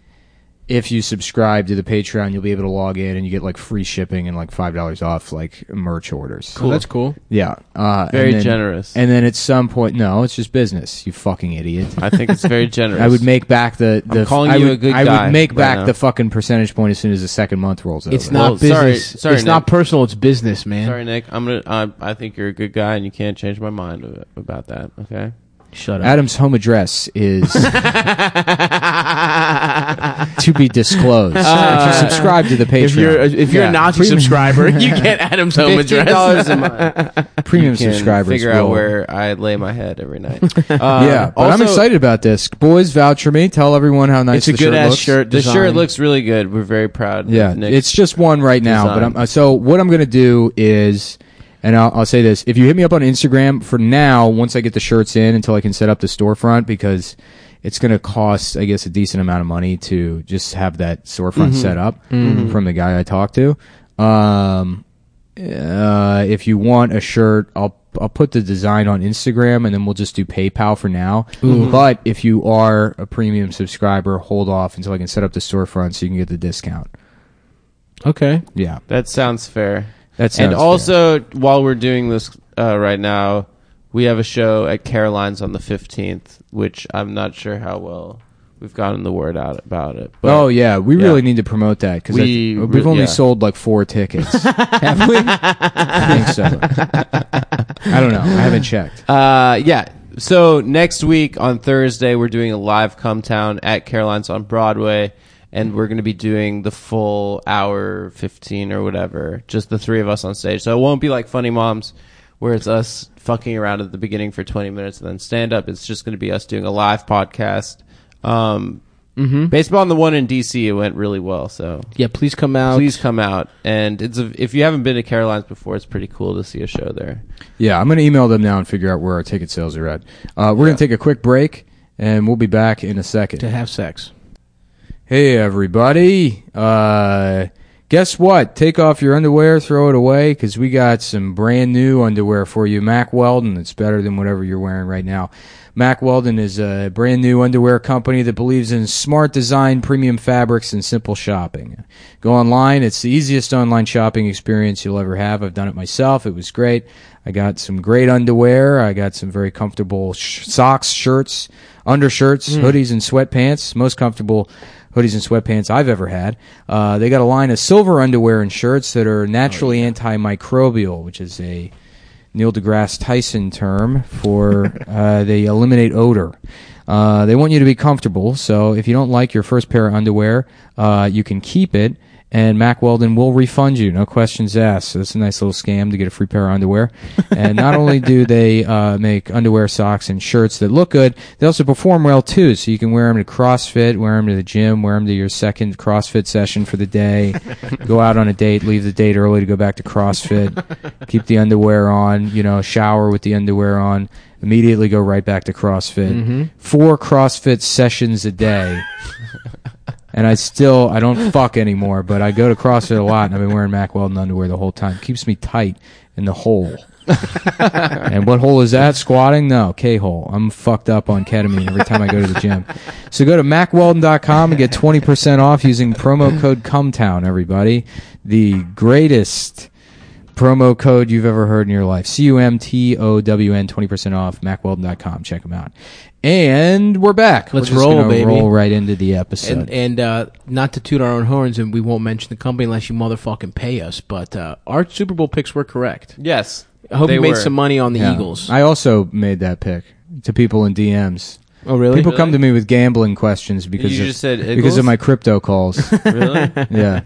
A: if you subscribe to the Patreon, you'll be able to log in and you get like free shipping and like five dollars off like merch orders.
C: Cool. that's cool.
A: Yeah. Uh,
D: Very
A: and then-
D: generous.
A: And then at some point, no, it's just business. You fucking idiot.
D: I think it's very generous.
A: I would make back the. the
D: calling
A: I
D: you
A: would,
D: a good
A: I
D: guy
A: would make
D: right
A: back
D: now.
A: the fucking percentage point as soon as the second month rolls over.
C: It's not
D: Well, sorry-
C: business.
D: sorry,
C: it's not
D: Nick.
C: personal. It's business, man.
D: Sorry, Nick. I'm gonna. I, I think you're a good guy, and you can't change my mind a- about that. Okay.
C: Shut up.
A: Adam's home address is to be disclosed. if
D: Uh,
A: you subscribe to the Patreon,
C: If you're if you're
A: Yeah.
C: a Nazi
A: premium,
C: subscriber, you get Adam's home address.
D: $15 a month.
A: premium
D: Can
A: subscribers,
D: Figure out
A: will-
D: where I lay my head every night.
A: yeah, but I'm
D: also-
A: excited about this. Boys, vouch for me. Tell everyone how nice
C: It's a
A: the
C: good
A: shirt
C: ass
A: looks.
C: shirt.
D: The
C: design.
D: shirt looks really good. We're very proud.
A: Yeah,
D: of Nick.
A: it's just one right now. But
D: design.
A: I'm, uh, so what I'm gonna do is, and I'll, I'll say this: if you hit me up on Instagram for now, once I get the shirts in, until I can set up the storefront, because it's gonna cost, I guess, a decent amount of money to just have that storefront set up from the guy I talked to. Um, uh, if you want a shirt, I'll I'll put the design on Instagram, and then we'll just do PayPal for now. But if you are a premium subscriber, hold off until I can set up the storefront so you can get the discount.
C: Okay.
A: Yeah,
D: That sounds fair.
A: that's
D: and also, while we're doing this uh, right now, we have a show at Caroline's on the 15th, which I'm not sure how well we've gotten the word out about it. But
A: oh yeah, we
D: yeah.
A: really need to promote that because
D: We
A: we,
D: re-
A: have only
D: yeah.
A: sold like four tickets. have we? I think so. I don't know. I haven't checked.
D: Uh, yeah. So next week on Thursday, we're doing a live come town at Caroline's on Broadway, and we're going to be doing the full hour fifteen or whatever, just the three of us on stage. So it won't be like Funny Moms, where it's us fucking around at the beginning for twenty minutes and then stand up. It's just going to be us doing a live podcast. Um,
C: Mm-hmm.
D: Baseball on the one in DC, it went really well. So
C: Yeah, please come out.
D: please come out, and it's a, if you haven't been to Caroline's before, it's pretty cool to see a show there.
A: Yeah, I'm going to email them now and figure out where our ticket sales are at. Uh, we're going to take a quick break, and we'll be back in a second.
C: to have sex.
A: Hey everybody! Uh, guess what? Take off your underwear, throw it away, because we got some brand new underwear for you, Mac Weldon. It's better than whatever you're wearing right now. Mac Weldon is a brand new underwear company that believes in smart design, premium fabrics, and simple shopping. Go online; it's the easiest online shopping experience you'll ever have. I've done it myself; it was great. I got some great underwear. I got some very comfortable sh- socks, shirts, undershirts, hoodies, and sweatpants. Most comfortable hoodies and sweatpants I've ever had. Uh, they got a line of silver underwear and shirts that are naturally antimicrobial, which is a Neil deGrasse Tyson term for uh, they eliminate odor. Uh, they want you to be comfortable, so if you don't like your first pair of underwear, uh, you can keep it, and Mac Weldon will refund you, no questions asked. So it's a nice little scam to get a free pair of underwear. And not only do they uh, make underwear, socks, and shirts that look good, they also perform well too. So you can wear them to CrossFit, wear them to the gym, wear them to your second CrossFit session for the day. go out on a date, leave the date early to go back to CrossFit. keep the underwear on, you know, shower with the underwear on. Immediately go right back to CrossFit. Four CrossFit sessions a day. And I still I don't fuck anymore, but I go to CrossFit a lot, and I've been wearing Mack Weldon underwear the whole time. Keeps me tight in the hole. and what hole is that? Squatting? No, K hole. I'm fucked up on ketamine every time I go to the gym. So go to macweldon.com and get 20% off using promo code Cumtown. Everybody, the greatest promo code you've ever heard in your life. C U M T O W N. 20% off. macweldon.com. Check them out. And we're back.
C: Let's
A: We're just
C: roll,
A: gonna
C: baby.
A: Roll right into the episode.
C: And and uh, not to toot our own horns, and we won't mention the company unless you motherfucking pay us. But uh, our Super Bowl picks were correct.
D: Yes,
C: I hope
D: They
C: you made
D: were.
C: some money on the
A: Yeah.
C: Eagles.
A: I also made that pick to people in DMs.
C: oh really?
A: People come to me with gambling questions because
D: you
A: of,
D: just said
A: because of my crypto calls.
D: really.
A: yeah.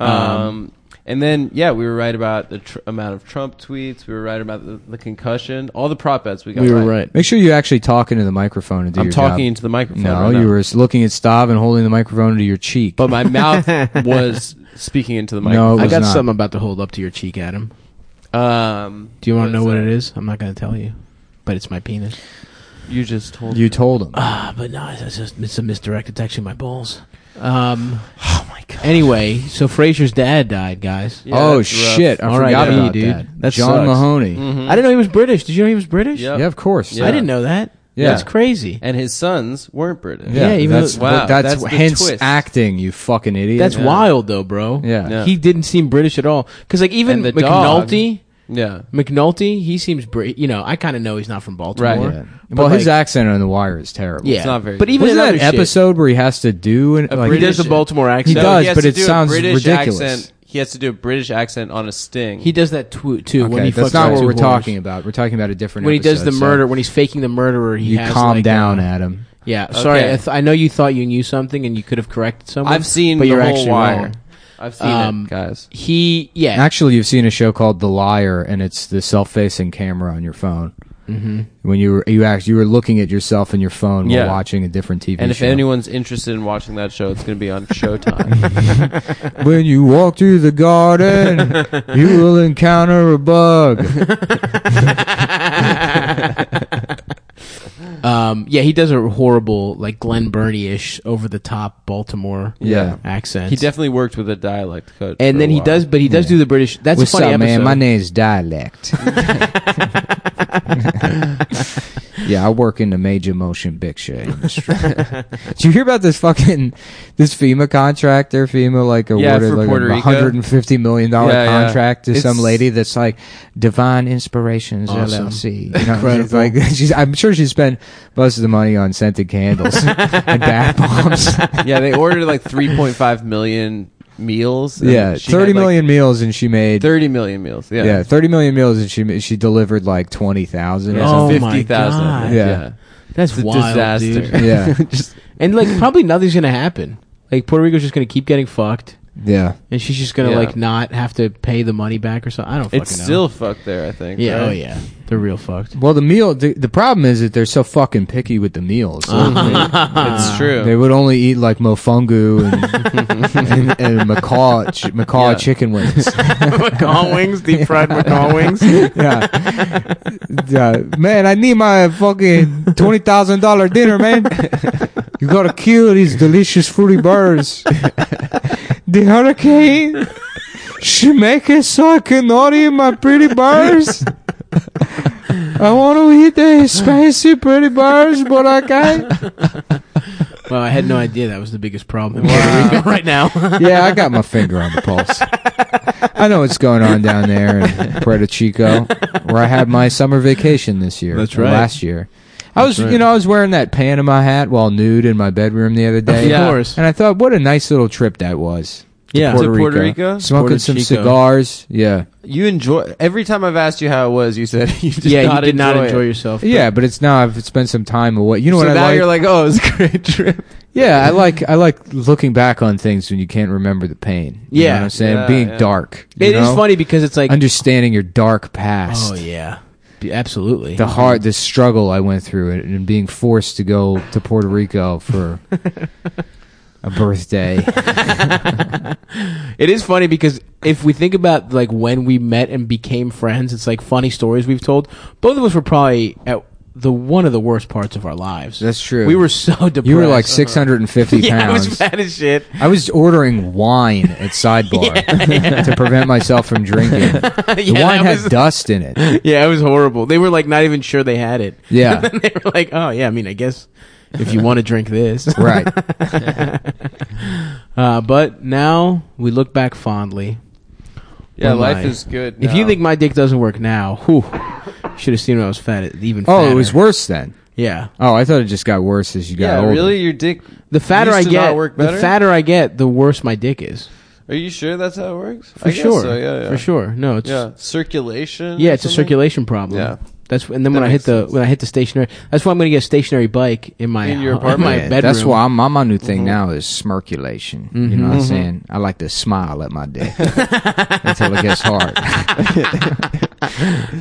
D: Um, and then yeah, we were right about the tr- amount of Trump tweets. We were right about the, the concussion. All the prop bets we got.
C: we were right.
A: Make sure you actually talk into the microphone and do
D: I'm
A: your
D: talking
A: job.
D: into the microphone.
A: No,
D: right
A: you
D: now.
A: were looking at Stav and holding the microphone to your cheek.
D: But my mouth was speaking into the
A: No,
D: microphone.
A: it
C: I
A: was
C: got
A: not.
C: something about to hold up to your cheek, Adam.
D: Um,
C: Do you want to know what
D: is
C: it is? I'm not going to tell you, but it's my penis.
D: that? You just told.
A: you told him.
C: Ah, but no, it's just it's a misdirect. It's actually my balls. Um. Oh my god. Anyway, so Fraser's dad died, guys.
D: Yeah,
A: oh
D: that's rough.
A: shit! I
C: All right,
A: forgot
C: yeah,
A: about
C: dude.
A: that.
C: That
A: John
C: sucks.
A: Mahoney.
D: Mhm.
C: I didn't know he was British. Did you know he was British?
D: Yep.
A: Yeah, of course.
D: Yeah.
C: I didn't know that.
A: Yeah.
C: That's crazy.
D: and his sons weren't British.
A: Yeah,
C: Yeah, even
A: that's,
C: though-
A: but
D: Wow,
A: that's,
D: that's the
A: hence
D: twist.
A: acting. You fucking idiot.
C: That's
D: Yeah.
C: wild, though, bro.
A: Yeah.
D: Yeah.
C: he didn't seem British at all. Because like even
D: And the dog-
C: McNulty,
D: Yeah.
C: McNulty, he seems Brit. You know, I kind of know he's not from Baltimore.
D: Right.
A: Yeah. Well,
D: Well,
A: his
C: like-
A: accent on The Wire is terrible.
C: yeah,
D: It's not very
C: But
D: good.
C: even
A: Wasn't
C: in
A: that episode where he has to do an,
D: A
A: like,
C: he does
D: British-
C: the Baltimore accent.
A: He does,
D: he has
A: but
D: to
A: it
D: do a
A: sounds
D: British
A: ridiculous.
D: Accent. He has to do a British accent on a sting.
C: He does that too. too when
A: Okay,
C: he
A: that's
C: fucks
A: not
C: up
A: what
C: two
A: we're
C: whores.
A: talking about. We're talking about a different.
C: When he does the
A: episode, so
C: murder, when he's faking the murderer, he
A: you
C: has
A: calm
C: like,
A: down,
C: uh,
A: Adam.
C: yeah, sorry. I,
D: Okay.
C: th- I know you thought you knew something and you could have corrected someone.
D: I've seen
C: but
D: the
C: you're
D: whole
C: actually
D: wire.
C: wrong.
D: I've seen
C: Um,
D: it, guys.
C: He yeah.
A: Actually, you've seen a show called The Liar, and it's the self-facing camera on your phone. Mm-hmm. When you were you act you were looking at yourself in your phone
D: Yeah.
A: while watching a different TV
D: And if
A: show.
D: anyone's interested in watching that show, it's going to be on Showtime.
A: when you walk through the garden, you will encounter a bug.
C: Um, yeah, he does a horrible, like Glenn Burnie ish, over the top Baltimore
D: Yeah.
C: accent.
D: He definitely worked with a dialect coach. for
C: and
D: a
C: then he
D: while.
C: does, but he does do the British. That's
E: What's
C: a funny
E: up,
C: episode.
E: man? My name's Dialect. yeah, I work in the major motion picture industry.
A: Did you hear about this fucking this FEMA contract? Their FEMA like
D: Yeah,
A: awarded
D: for
A: like
D: Puerto
A: a
D: Rico.
A: hundred and fifty million dollar
D: Yeah, yeah.
A: contract to
D: It's-
A: some lady that's like Divine Inspirations
C: Awesome.
A: LLC. You know, she's
C: Incredible.
A: Like she's, I'm sure she spent most of the money on scented candles and bath bombs.
D: yeah, they ordered like 3.5 million meals. and
A: yeah,
D: she had,
A: thirty million
D: like,
A: meals, and she made
D: 30 million meals. Yeah.
A: yeah. thirty million meals, and she ma- she delivered like twenty thousand.
D: Yeah,
A: or
C: Oh
D: so
A: something.
C: my
D: 50,000.
C: God.
A: Yeah.
C: That's
D: It's a
C: wild,
D: disaster.
C: dude.
A: Yeah,
D: Just-
C: And like, probably nothing's gonna happen. Like, Puerto Rico's just gonna keep getting fucked,
A: yeah.
C: and she's just gonna
D: Yeah.
C: like not have to pay the money back or something. I don't fucking
D: it's
C: know.
D: still fucked there, I think.
C: yeah,
D: right?
C: oh yeah, they're real fucked.
A: Well, the meal. The, the problem is that they're so fucking picky with the meals.
C: Uh-huh.
D: It's true.
A: They would only eat like mofungu and, and, and macaw ch- macaw
D: Yeah.
A: chicken wings.
C: McCall wings, deep fried McCall wings.
A: yeah. yeah, man, I need my fucking twenty thousand dollar dinner, man. You gotta kill these delicious fruity birds. the hurricane, she make it so I cannot eat my pretty birds. I want to eat the spicy pretty birds, but I can't.
C: Well, I had no idea that was the biggest problem in Puerto Rico right now.
A: yeah, I got my finger on the pulse. I know what's going on down there in Puerto Chico, where I had my summer vacation this year.
C: That's
A: or
C: right.
A: Last year, I was, you know, I was wearing that Panama hat while nude in my bedroom the other day.
D: Yeah.
C: Of course.
A: And I thought, what a nice little trip that was.
C: Yeah.
D: To Puerto Rico?
A: smoking
C: Puerto
A: some
C: Chico.
A: cigars. Yeah,
D: You enjoy every time I've asked you how it was, you said you did
C: yeah,
D: not
C: you did
D: enjoy
C: not enjoy
D: it.
C: yourself.
A: yeah. But it's now I've spent some time away. You know
D: so
A: what
D: now
A: I like?
D: you're like, oh, it was a great trip.
A: yeah, I like I like looking back on things when you can't remember the pain. You know
C: Yeah.
A: what I'm saying
D: Yeah,
A: being
D: yeah.
A: dark. you
C: It is
A: know?
C: funny because it's like,
A: understanding your dark past.
C: oh yeah, B- absolutely.
A: the hard the struggle I went through and, and being forced to go to Puerto Rico for a birthday.
C: it is funny because if we think about like when we met and became friends, it's like funny stories we've told. Both of us were probably at the one of the worst parts of our lives.
A: That's true.
C: We were so depressed. Uh-huh.
A: You were like 650
C: yeah, I
A: pounds.
C: was fat as shit.
A: I was ordering wine at Sidebar to prevent myself from drinking. The
C: Yeah,
A: wine
C: that
A: had
C: was-
A: dust in it.
C: Yeah, it was horrible. They were like not even sure they had it.
A: Yeah.
C: and then they were like, "Oh yeah, I mean, I guess if you want to drink this,
A: Right.
C: Uh, but now we look back fondly.
D: Yeah,
C: Oh,
D: life
C: my.
D: is good.
C: If you
D: now.
C: think my dick doesn't work now, whew, should have seen when I was fat. it- Even
A: Oh,
C: fatter.
A: it was worse then.
C: Yeah,
A: Oh, I thought it just got worse as you got
D: yeah,
A: older.
D: really, your dick.
C: the fatter
D: Used
C: I
D: to
C: get,
D: not work
C: the
D: better?
C: fatter I get, the worse my dick is.
D: Are you sure that's how it works?
C: For
D: I guess
C: sure.
D: so, yeah, yeah.
C: For sure. No, it's
D: Yeah,
C: yeah,
D: circulation. or
C: it's a
D: something?
C: circulation problem.
D: Yeah.
C: That's and then
D: That
C: when I hit
D: makes
C: the
D: sense.
C: when I hit the stationary. That's why I'm going to get a stationary bike in my
D: In your
C: hu-
D: apartment?
C: my
D: Yeah,
C: bedroom. Mm-hmm.
E: That's why I'm, I'm- my new thing now is smirculation. You know what I'm saying? I like to smile at my dick until it gets hard.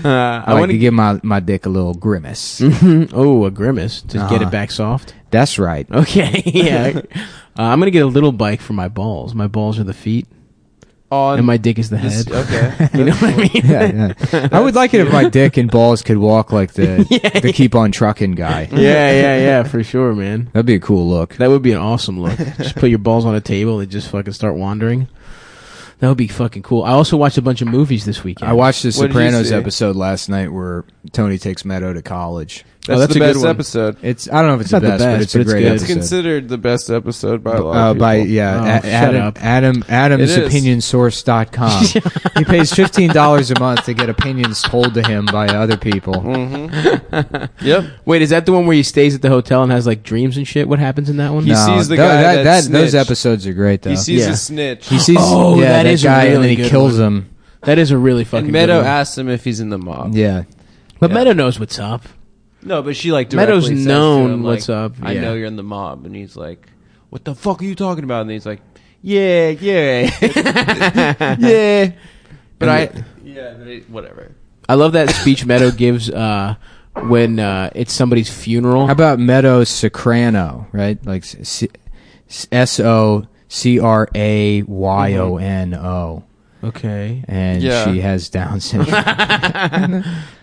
C: Uh,
E: I,
C: I,
E: like
C: want
E: to
C: to.
E: give my, my dick a little grimace.
A: Mm.
C: oh, a grimace to get
E: Uh-huh.
C: it back soft.
E: That's right.
C: Okay. yeah. uh, I'm going to get a little bike for my balls. My balls are the feet,
D: On
C: and my dick is the
D: this-
C: head.
D: Okay,
C: You know what I mean?
A: Yeah, yeah. I would like it if my dick and balls could walk like the the keep on trucking guy.
C: yeah, yeah, yeah, for sure, man.
A: That'd be a cool look.
C: That would be an awesome look. just put your balls on a table and just fucking start wandering. That would be fucking cool. I also watched a bunch of movies this weekend.
A: I watched the
D: What did you
A: Sopranos
D: see?
A: episode last night where Tony takes Meadow to college. Oh,
D: that's,
C: oh, that's
D: the
C: a good
D: best
C: one.
D: episode.
A: It's I don't know if it's,
C: It's not
A: the, best, but it's a great
C: good.
D: It's
A: episode.
D: considered the best episode by a lot.
A: Uh,
D: of
A: by
D: people.
A: yeah,
C: Oh,
A: A-
C: shut
A: Adam,
C: up.
A: Adam Adam's
D: It is.
A: opinionsource.com. he pays fifteen dollars a month to get opinions told to him by other people.
D: Mm. Yep.
C: Wait, is that the one where he stays at the hotel and has like dreams and shit? What happens in that one?
D: He sees the
A: tho-
D: guy that
A: those
D: snitched.
A: episodes are great though.
D: He sees
C: Yeah.
D: a snitch.
A: He sees
C: Oh,
A: yeah,
C: that
A: that
C: is a
A: guy and
C: really
A: then he
C: good
A: kills
C: one.
A: him.
C: That is a really fucking.
D: and Meadow
C: good one.
D: asks him if he's in the mob.
A: Yeah.
C: but
D: yeah.
C: Meadow knows what's up.
D: No, but she like directly
C: Meadow's
D: says to
C: known
D: him, like,
C: what's up.
D: I
C: Yeah.
D: know you're in the mob, and he's like, "What the fuck are you talking about?" And he's like, "Yeah, yeah, yeah." But I, yeah, but it- whatever.
C: I love that speech Meadow gives uh, when uh, it's somebody's funeral.
A: How about Meadow Socrano, right? Like S O C R A Y O N O.
C: Okay.
E: and
D: Yeah.
E: she has Down syndrome.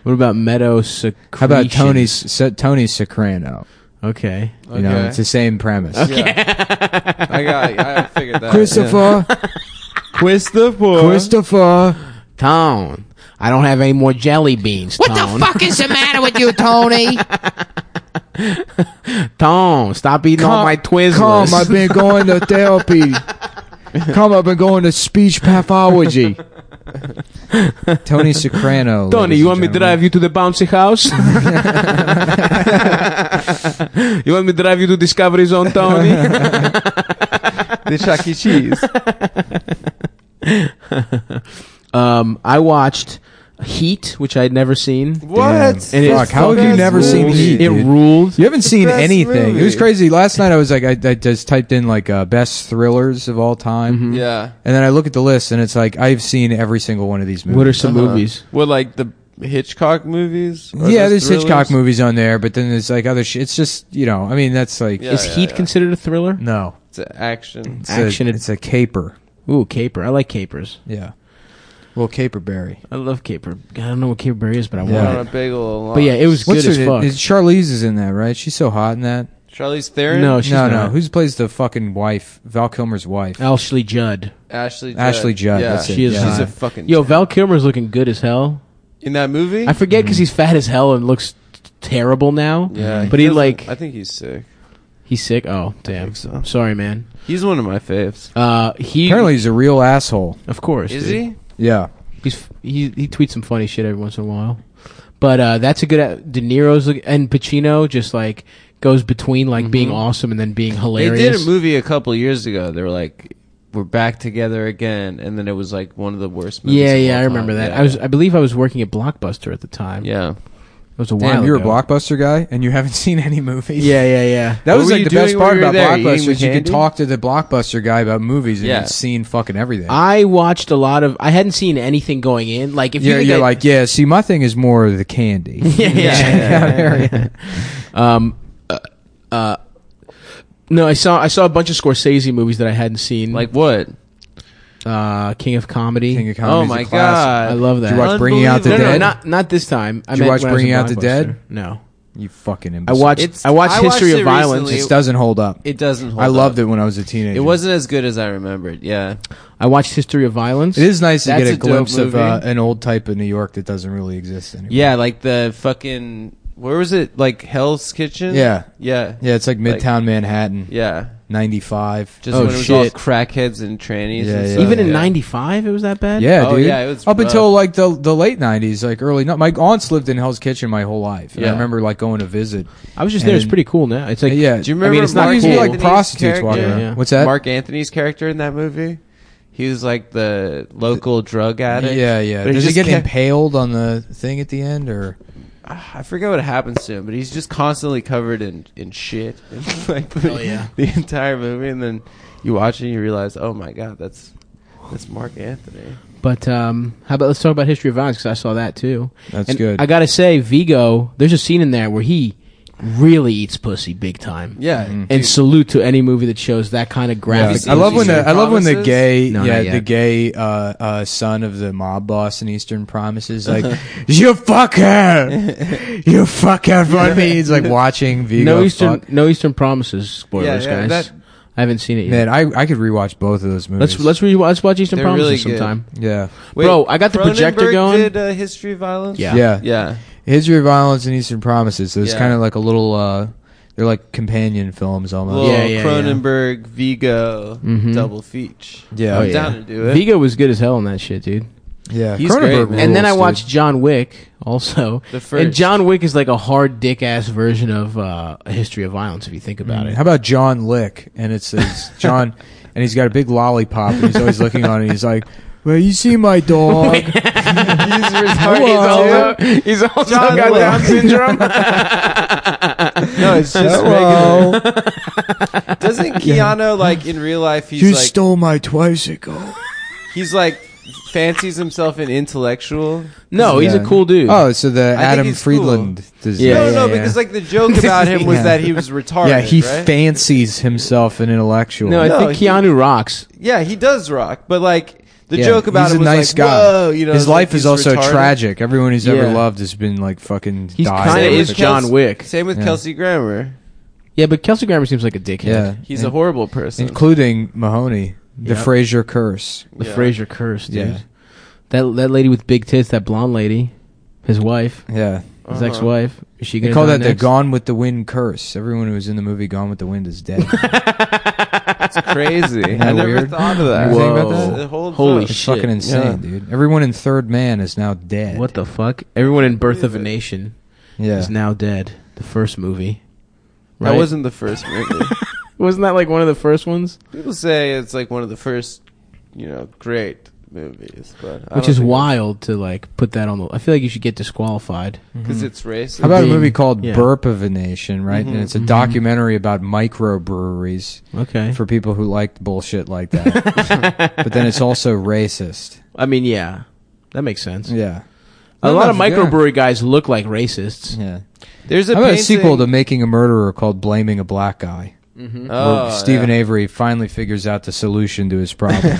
C: What about meadow secretion?
A: How about Tony's Se- Tony Soprano?
C: Okay.
E: You know,
D: Okay.
E: it's the same premise.
D: Yeah. I got. I figured that.
A: Christopher,
D: Christopher.
A: Christopher.
C: Tone. I don't have any more jelly beans. What Tone. the fuck?
E: is the matter with you, Tony?
C: Tone. Stop eating all
A: Come-
C: my Twizzlers.
A: Come, I've been going to therapy. Come, I've been going to speech pathology. Tony Soprano.
C: Tony,
A: ladies
C: you
A: and
C: want me
A: gentlemen.
C: to drive you to the bouncy house? you want me to drive you to Discovery Zone, Tony?
D: the Chuck E. Cheese.
C: um, I watched Heat, which I had never seen.
D: What?
C: And it
A: Fuck, how have you
D: fucking
A: never seen
D: rules.
A: Heat?
C: It
A: dude?
C: ruled.
A: You haven't seen
D: best
A: anything. It was
D: movie.
A: crazy. Last night I was like, I, I just typed in like uh, best thrillers of all time,
D: Mm-hmm. Yeah.
A: and then I look at the list, and it's like I've seen every single one of these movies.
C: What are some
D: Uh-huh.
C: movies?
D: Well, like the Hitchcock movies. Are
A: yeah,
D: those
A: there's Hitchcock
D: thrillers?
A: movies on there, but then there's like other shit. It's just you know, I mean, that's like
D: Yeah,
C: Is
D: yeah,
C: Heat
D: yeah.
C: considered a thriller?
A: no
D: It's an action.
A: it's
C: Action.
A: A, it's a caper.
C: Ooh, caper. I like capers.
A: Yeah, little caper berry.
C: I love caper. I don't know what caper berry is, but I
A: Yeah.
C: want
D: On a
C: it.
D: bagel. Lunch.
C: But yeah, it was good as fuck.
A: Is Charlize is in that right? She's so hot in that.
D: Charlie's Theron.
C: No, she's
A: no,
C: not. Uh,
A: no. Who plays the fucking wife? Val Kilmer's wife.
C: Ashley Judd.
D: Ashley. Judd.
A: Ashley Judd,
D: Yeah.
A: that's it,
C: She is
A: yeah.
D: She's a
C: hot.
D: fucking.
C: Yo, Val Kilmer's looking good as hell.
D: in that movie.
C: I forget because he's fat as hell and looks terrible now.
D: yeah,
C: but he,
D: doesn't-
C: like
D: I think he's sick.
C: he's sick. Oh damn!
D: think so.
C: I'm sorry, man.
D: He's one of my faves.
C: Uh, he
A: Apparently, he's a real asshole.
C: of course,
D: Is
C: dude.
D: he?
A: Yeah,
C: He's he he tweets some funny shit every once in a while, but uh, that's a good. De Niro's look- and Pacino just like goes between like being awesome and then being hilarious.
D: Mm-hmm. They did a movie a couple years ago. They were like, "We're back together again," and then it was like one of the worst. movies
C: Yeah,
D: of
C: yeah,
D: all
C: I
D: time.
C: remember that.
D: Yeah.
C: I was I believe I was working at Blockbuster at the time.
D: Yeah.
C: it was a while.
A: damn, you're a
C: ago.
A: blockbuster guy, and you haven't seen any movies.
C: Yeah, yeah, yeah.
A: That
D: What
A: was
D: were
A: like
D: you
A: the best
D: doing
A: part
D: when you
A: about
D: were there? Eating
A: Blockbuster is you could
D: candy?
A: talk to the Blockbuster guy about movies and
D: Yeah. Uh,
A: you'd seen fucking everything.
C: I watched a lot of. I hadn't seen anything going in. Like if you
A: you're
C: think
A: you're
C: I-
A: like, yeah, see, my thing is more of the candy.
C: yeah, yeah, yeah, yeah. Um, uh, uh, no, I saw I saw a bunch of Scorsese movies that I hadn't seen,
D: Like what?
C: uh, King of Comedy.
A: King of
D: Oh
A: Comedy's a
D: my
A: classic.
D: god!
C: I love that.
A: Did you watch Bringing Out the
C: no, no,
A: Dead?
C: not not this time. I
A: Did you
C: meant
A: watch
C: when I was
A: Bringing
C: at
A: Out the
C: Blockbuster.
A: Dead?
C: No,
A: You fucking
C: I
A: imbecile.
C: watched
D: It's-
C: I watched
D: I watched
C: History
D: it
C: of Violence.
D: recently.
A: This doesn't hold up.
D: It doesn't. Hold
A: I loved
D: up.
A: it when I was a teenager.
D: It wasn't as good as I remembered. Yeah.
C: I watched History of Violence.
A: It is nice to
D: That's
A: get a,
D: a dope
A: glimpse of uh,
D: movie.
A: an old type of New York that doesn't really exist anymore.
D: Yeah, like the fucking where was it? Like Hell's Kitchen.
A: Yeah.
D: Yeah.
A: Yeah, it's like Midtown Manhattan,
D: Yeah.
A: 95.
D: Just
C: Oh,
D: when it was all
C: shit.
D: crackheads and trannies.
A: Yeah,
D: and
A: yeah,
D: stuff.
C: even in
D: Yeah.
C: '95. It was that bad.
A: Yeah,
D: Oh,
A: dude.
D: yeah, it was
A: Up
D: rough.
A: until like the the late '90s, like early. No, my aunts lived in Hell's Kitchen my whole life. And I
D: Yeah.
A: remember like going to visit.
C: I was just there. It's
A: And-
C: pretty cool now. It's like
A: yeah.
D: Do you remember?
C: mean, it's not
D: Mark
A: Used to be, like
C: cool.
A: prostitutes
D: Anthony's
A: walking
D: character?
A: around.
C: Yeah.
A: What's that?
D: Mark Anthony's character in that movie. He was like the local drug addict.
A: Yeah, yeah.
D: But he
A: Does he
D: just
A: get
D: kept-
A: impaled on the thing at the end, or
D: I forget what happens to him, but he's just constantly covered in in shit. like the,
C: yeah.
D: the entire movie, and then you watch it and you realize, oh my god, that's that's Mark Anthony.
C: But um, how about let's talk about History of Violence because I saw that too.
A: That's
C: And
A: good.
C: I gotta say, Vigo, there's a scene in there where he really eats pussy big time.
D: Yeah,
C: And salute to any movie that shows that kind of graphic.
D: seen
A: I love
D: Eastern
A: when the I love when the
D: Promises?
A: gay
C: No,
A: yeah
C: not yet.
A: the gay uh, uh, son of the mob boss in Eastern Promises like
C: Uh-huh.
A: you fuck her you fuck her for me he's like watching Vigo
C: no Eastern,
A: fuck.
C: no Eastern promises. Spoilers,
D: Yeah, yeah,
C: guys.
D: that-
C: I haven't seen it yet.
A: man I I could rewatch both of those movies
C: let's let's re- let's watch Eastern
D: They're
C: Promises
D: really good.
C: sometime.
A: yeah
C: Bro, I got the projector
D: Cronenberg
C: going.
D: Did uh, History of Violence?
C: Yeah.
A: yeah
D: yeah.
A: History of Violence and Eastern Promises there's
D: Yeah.
A: kind of like a little uh, they're like companion films almost
D: Little
C: Yeah, yeah, yeah.
D: Cronenberg Vigo
C: Mhm.
D: double feature.
A: Yeah.
D: I'm
A: Oh, yeah.
D: down to do it.
C: Vigo was good as hell in that shit, dude.
A: yeah
D: He's great,
A: Cronenberg
D: man.
C: and then I
A: rules, dude.
C: watched John Wick also.
D: The first.
C: And John Wick is like a hard dick ass version of uh, a History of Violence if you think about
D: Mm.
C: it.
A: How about John Lick? And it says John, and he's got a big lollipop, and he's always looking on it. He's like, "Well, you see my dog." Hello.
C: he's also
D: John Wick.
C: syndrome.
D: no, it's just
A: Hello.
D: regular. Doesn't Keanu like in real life? He's
A: You
D: like
A: stole my twicycle.
D: he's like fancies himself an intellectual.
C: no, he's a
A: Yeah.
C: cool dude.
A: Oh, so the
D: think
A: Adam
D: he's
A: Friedland disease.
C: Yeah,
D: no,
C: yeah,
D: no, because like the joke about him was that he was retarded.
A: Yeah, he
D: right?
A: fancies himself an intellectual.
C: no, I
D: No,
C: think
D: he-
C: Keanu rocks.
D: yeah, he does rock, but like The
A: Yeah,
D: joke about
A: he's
D: him
A: a
D: was
A: nice
D: like,
A: guy.
D: Whoa, you know,
A: His
D: like
A: life is
D: he's
A: also
D: retarded.
A: tragic. Everyone he's ever
C: Yeah.
A: loved has been like fucking.
C: He's
A: died
C: kinda
A: over
D: is
A: the-
D: John-
C: John Wick.
D: Same with
A: Yeah.
D: Kelsey Grammer.
C: Yeah, but Kelsey Grammer seems like a dickhead.
A: Yeah,
D: He's
A: in-
D: a horrible person.
A: including Mahoney, the
C: Yep.
A: Fraser curse.
C: The
D: Yeah.
C: Fraser curse, dude.
A: Yeah.
C: That that lady with big tits, that blonde lady, his wife,
A: Yeah,
C: his
D: Uh-huh.
C: ex-wife. Is she
A: they
C: gonna
A: call
C: die
A: that the
C: next?
A: Gone with the Wind curse. Everyone who was in the movie Gone with the Wind is dead.
D: It's crazy.
A: Isn't that
D: I never
A: weird?
D: thought of that.
A: You think
C: Whoa.
A: about that?
D: The whole
C: Holy
D: joke.
A: It's
C: shit.
A: fucking insane,
D: Yeah.
A: dude. Everyone in Third Man is now dead.
C: What the fuck? Everyone in Birth of a Nation
A: Yeah.
C: is now dead. The first movie.
D: That wasn't the first movie.
C: wasn't that like one of the first ones?
D: People say it's like one of the first, you know, great movies, but I
C: Which
D: don't
C: is
D: think
C: wild to like put that on the. I feel like you should get disqualified.
D: because it's racist.
A: How about a
C: Being-
A: movie called
C: yeah. Mm-hmm,
A: Burp of a Nation, right? And it's a documentary about microbreweries
C: Okay.
A: for people who liked bullshit like that. but then it's also racist.
C: I mean, yeah, that makes sense.
A: Yeah.
C: A lot of
A: Yeah.
C: microbrewery guys look like racists.
A: Yeah.
D: There's a,
A: How about a
D: painting-
A: sequel to Making a Murderer called Blaming a Black Guy?
C: Mm.
D: oh,
A: where Stephen
D: yeah.
A: Avery finally figures out the solution to his problem.